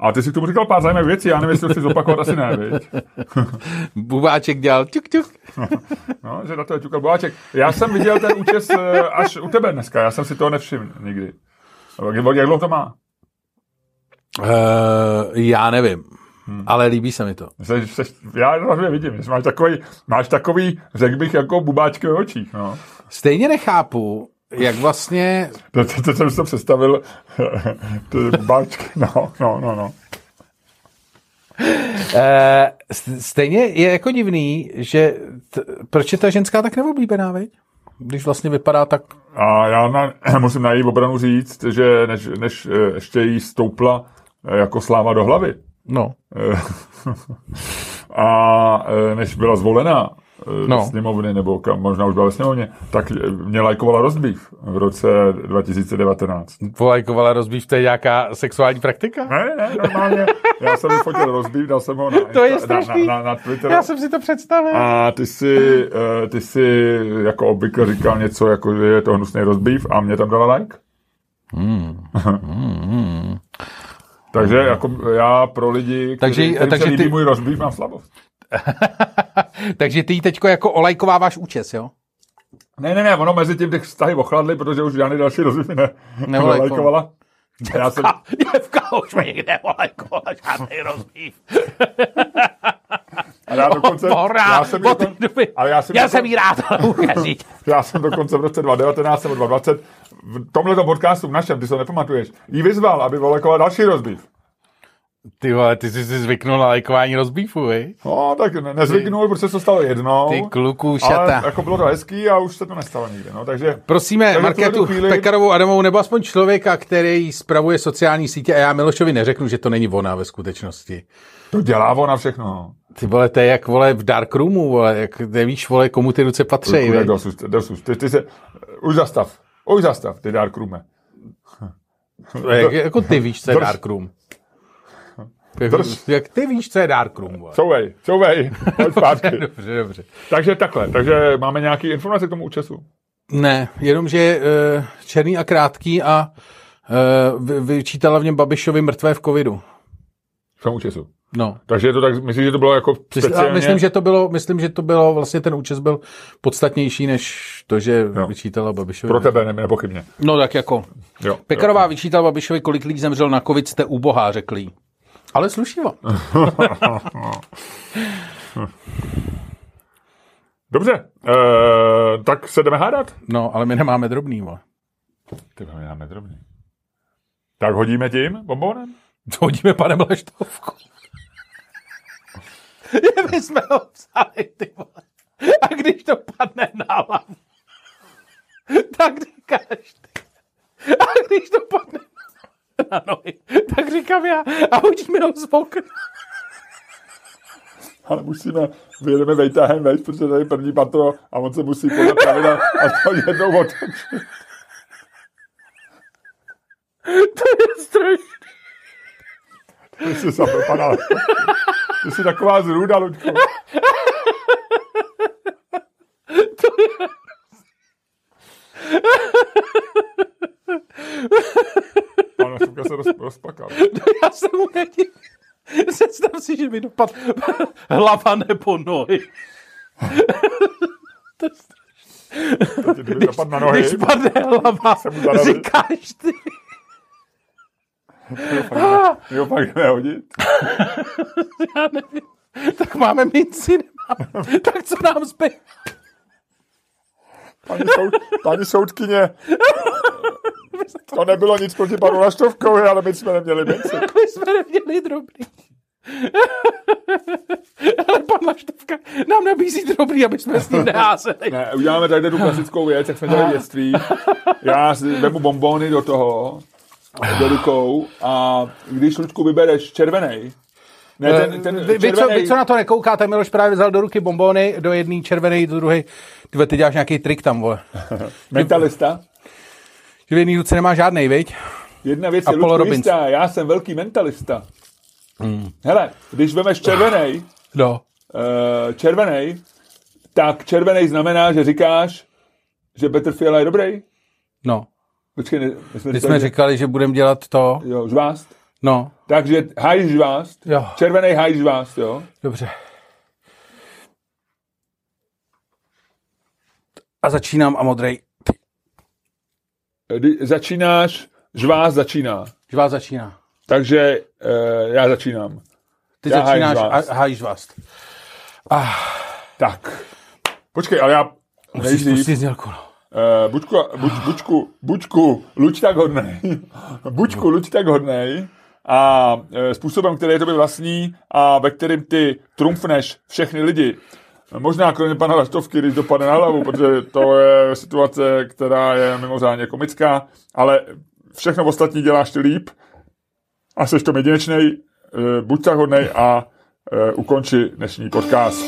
A ty jsi k tomu říkal pár zajímavých věcí, já nevím, jestli to chci zopakovat, asi ne, viď?
Bubáček dělal tuk, tuk.
No, že na to je ťukal boháček. Já jsem viděl ten účes eh, až u tebe dneska, já jsem si toho nevšiml nikdy. Jak jak dlouho to má?
Uh, já nevím, ale líbí se mi to.
Jsi, jsi, já to hlavně vidím, že máš takový, máš takový, řekl bych, jako bubáčky v očích, no.
Stejně nechápu, jak vlastně...
To, to, to jsem si to představil. Ty bačky, no, no, no, no.
eh, Uh, stejně je jako divný, že... T, proč je ta ženská tak neoblíbená, veď? Když vlastně vypadá tak...
A já na, musím na její obranu říct, že než, než eh, ještě jí stoupla eh, jako sláva do hlavy,
No,
eh, a eh, než byla zvolena no.
No.
sněmovny, nebo kam, možná už byla ve sněmovně, tak eh, mě lajkovala rozbív v roce 2019.
polajkovala rozbív, to je nějaká sexuální praktika?
Ne, ne, normálně. Já jsem vyfotil rozbív, dal jsem ho na,
To je
Insta-
strašný.
na, na, na Twitter.
Já jsem si to představil.
A ty si, eh, ty si jako obvykle říkal něco, jako že je to hnusný rozbív a mě tam dala like.
Hmm.
Takže jako jako já pro lidi,
Takže-
kteří, kterým
takže
se líbí
ty-
můj rozbív, mám slabost.
Takže ty jí teďko jako olajkováváš účes, jo?
Ne, ne, ne, ono mezi tím ty vztahy ochladly, protože už žádný další rozbív ne,
Neolajkovala.
nelajkovala. A Já jsem,
Jevka už mi někde olajkovala žádný rozbív.
a já dokonce, já jsem, jí dokon- ale já jsem, jí dokon-
jí rád ukažit.
Já jsem dokonce v roce 2019 nebo 2020 v tomhle podcastu v našem, ty se nepamatuješ, jí vyzval, aby volejkoval další rozbív.
Ty vole, ty jsi si zvyknul na lajkování rozbífu, vej?
No, tak ne- nezvyknul, protože se to stalo jednou.
Ty kluku,
ale
šata.
jako bylo to hezký a už se to nestalo nikdy. No, takže
Prosíme
Takže
Markétu
tuhle chvíli-
Pekarovou Adamovou, nebo aspoň člověka, který spravuje sociální sítě a já Milošovi neřeknu, že to není ona ve skutečnosti.
to dělá ona všechno. no.
Ty vole, to je jak vole v Dark Roomu, vole, jak nevíš, vole, komu ty ruce patří,
Kurek,
vej?
dosus, dosus. Ty, ty se, už zastav, už zastav, ty Dark Roome.
To je Jak, jako ty víš, co je
drž.
Dark Room. Jako,
Drž.
jak ty víš, co je Dark Room, vole.
Couvej, couvej, pojď zpátky.
Dobře, dobře.
takže takhle, takže máme nějaký informace k tomu účesu.
Ne, jenom, že je eh, černý a krátký a eh, vy- vyčítala v něm Babišovi mrtvé v covidu.
K tomu účesu.
No.
Takže je to tak, myslím, že to bylo jako speciálně...
Speciálně... Myslím, že to bylo, myslím, že to bylo, vlastně ten účest byl podstatnější, než to, že
Jo.
jo. vyčítala Babišovi.
Pro tebe ne, nepochybně.
No tak jako.
Jo,
Pekarová jo. vyčítala Babišovi, kolik lidí zemřel na covid, jste ubohá, řekl jí. Ale slušivo.
Dobře, eh, tak se jdeme hádat.
No, ale my nemáme drobný, vole.
Ty vole, my dáme drobný. Tak hodíme tím bombonem?
To Hodíme pane Blaštovku. my jsme ho vzali, ty vole. A když to padne na hlavu, tak říkáš ty. A když to padne na nohy, tak říkám já. A hodíme ho z okna.
Ale musíme, vyjedeme vejtahem vejš, protože tady je první patro a on se musí podle pravidel aspoň jednou otočit.
To je strašné.
Ty jsi sám vypadal. Ty jsi taková zrůda, Luďko. Pan Suka se roz, rozpakal.
Já se mu nedivím. Představ si, že mi dopad hlava nebo nohy.
To ti kdyby zapad na nohy.
Když padne hlava,
mu zarazil.
říkáš ty.
Jo, pak jdeme hodit.
Já nevím. Tak máme minci, nemáme. Tak co nám zbyl?
Paní, soud, paní soudkyně, to nebylo nic proti panu Laštovkovi, ale my jsme neměli mince.
My jsme neměli drobný. Ale pan Laštovka nám nabízí drobný, aby jsme s ním neházeli.
Ne, uděláme tady tu klasickou věc, jak jsme dělali v dětství. Já si vemu bombóny do toho, do rukou a když Ludku vybereš červený, ne, ten, ten
Eh, vy, vy, co,
červenej-
vy, co na to nekoukáte, Miloš právě vzal do ruky bombony, do jedné červené, do druhé. Ty vole, ty děláš nějaký trik tam, vole.
mentalista,
Že v jedné ruce nemá žádnej, viď?
jedna věc je
Apollo
Ludku
Robbins. Hmm.
jistá, já jsem velký mentalista. Hele, když vemeš červený,
No.
eh, červený, tak červený znamená, že říkáš, že Petr Fiala je dobrý.
No.
Počkej, ne, my jsme,
My jsme
že-
říkali, že budeme dělat to.
Jo, žvást.
No.
Takže haj žvást.
Jo.
Červený haj žvást, jo.
Dobře. A začínám a modrej.
Eh, Kdy začínáš, žvást začíná.
Žvás začíná.
Takže eh, já začínám.
Ty
Já
já
hájím
začínáš
žvást.
a hájíš vás.
Tak. Počkej, ale já...
Musíš
Nejdřív,
pustit znělku. no.
eh, buďku, buď, buďku, buďku, luď tak hodnej. buďku, luď tak hodnej. A eh, způsobem, který je tobě vlastní a ve kterým ty trumfneš všechny lidi. Možná kromě pana Laštovky, když dopadne na hlavu, protože to je situace, která je mimořádně komická, ale všechno ostatní děláš ty líp a seš tom jedinečnej, eh, buď tak hodnej a eh, ukonči dnešní podcast.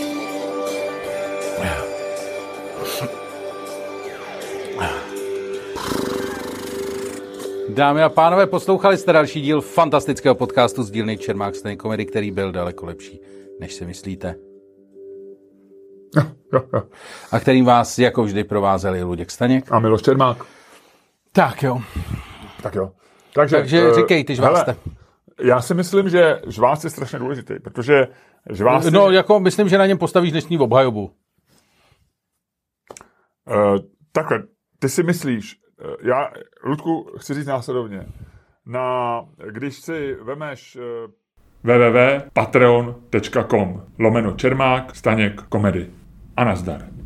Dámy a pánové, poslouchali jste další díl fantastického podcastu z dílny Čermák Stejn Komedy, který byl daleko lepší, než si myslíte. A kterým vás jako vždy provázeli Luděk Staněk.
A Miloš Čermák.
Tak jo.
Tak jo. Takže,
Takže
eh,
říkej, ty žvás
hele,
jste.
Já si myslím, že žvás je strašně důležitý, protože žvás...
No, jako myslím, že na něm postavíš dnešní obhajobu.
Eh, takhle, ty si myslíš, eh, já, Ludku, chci říct následovně, na, když si vemeš eh, www.patreon.com lomeno Čermák, Staněk, Komedy a nazdar.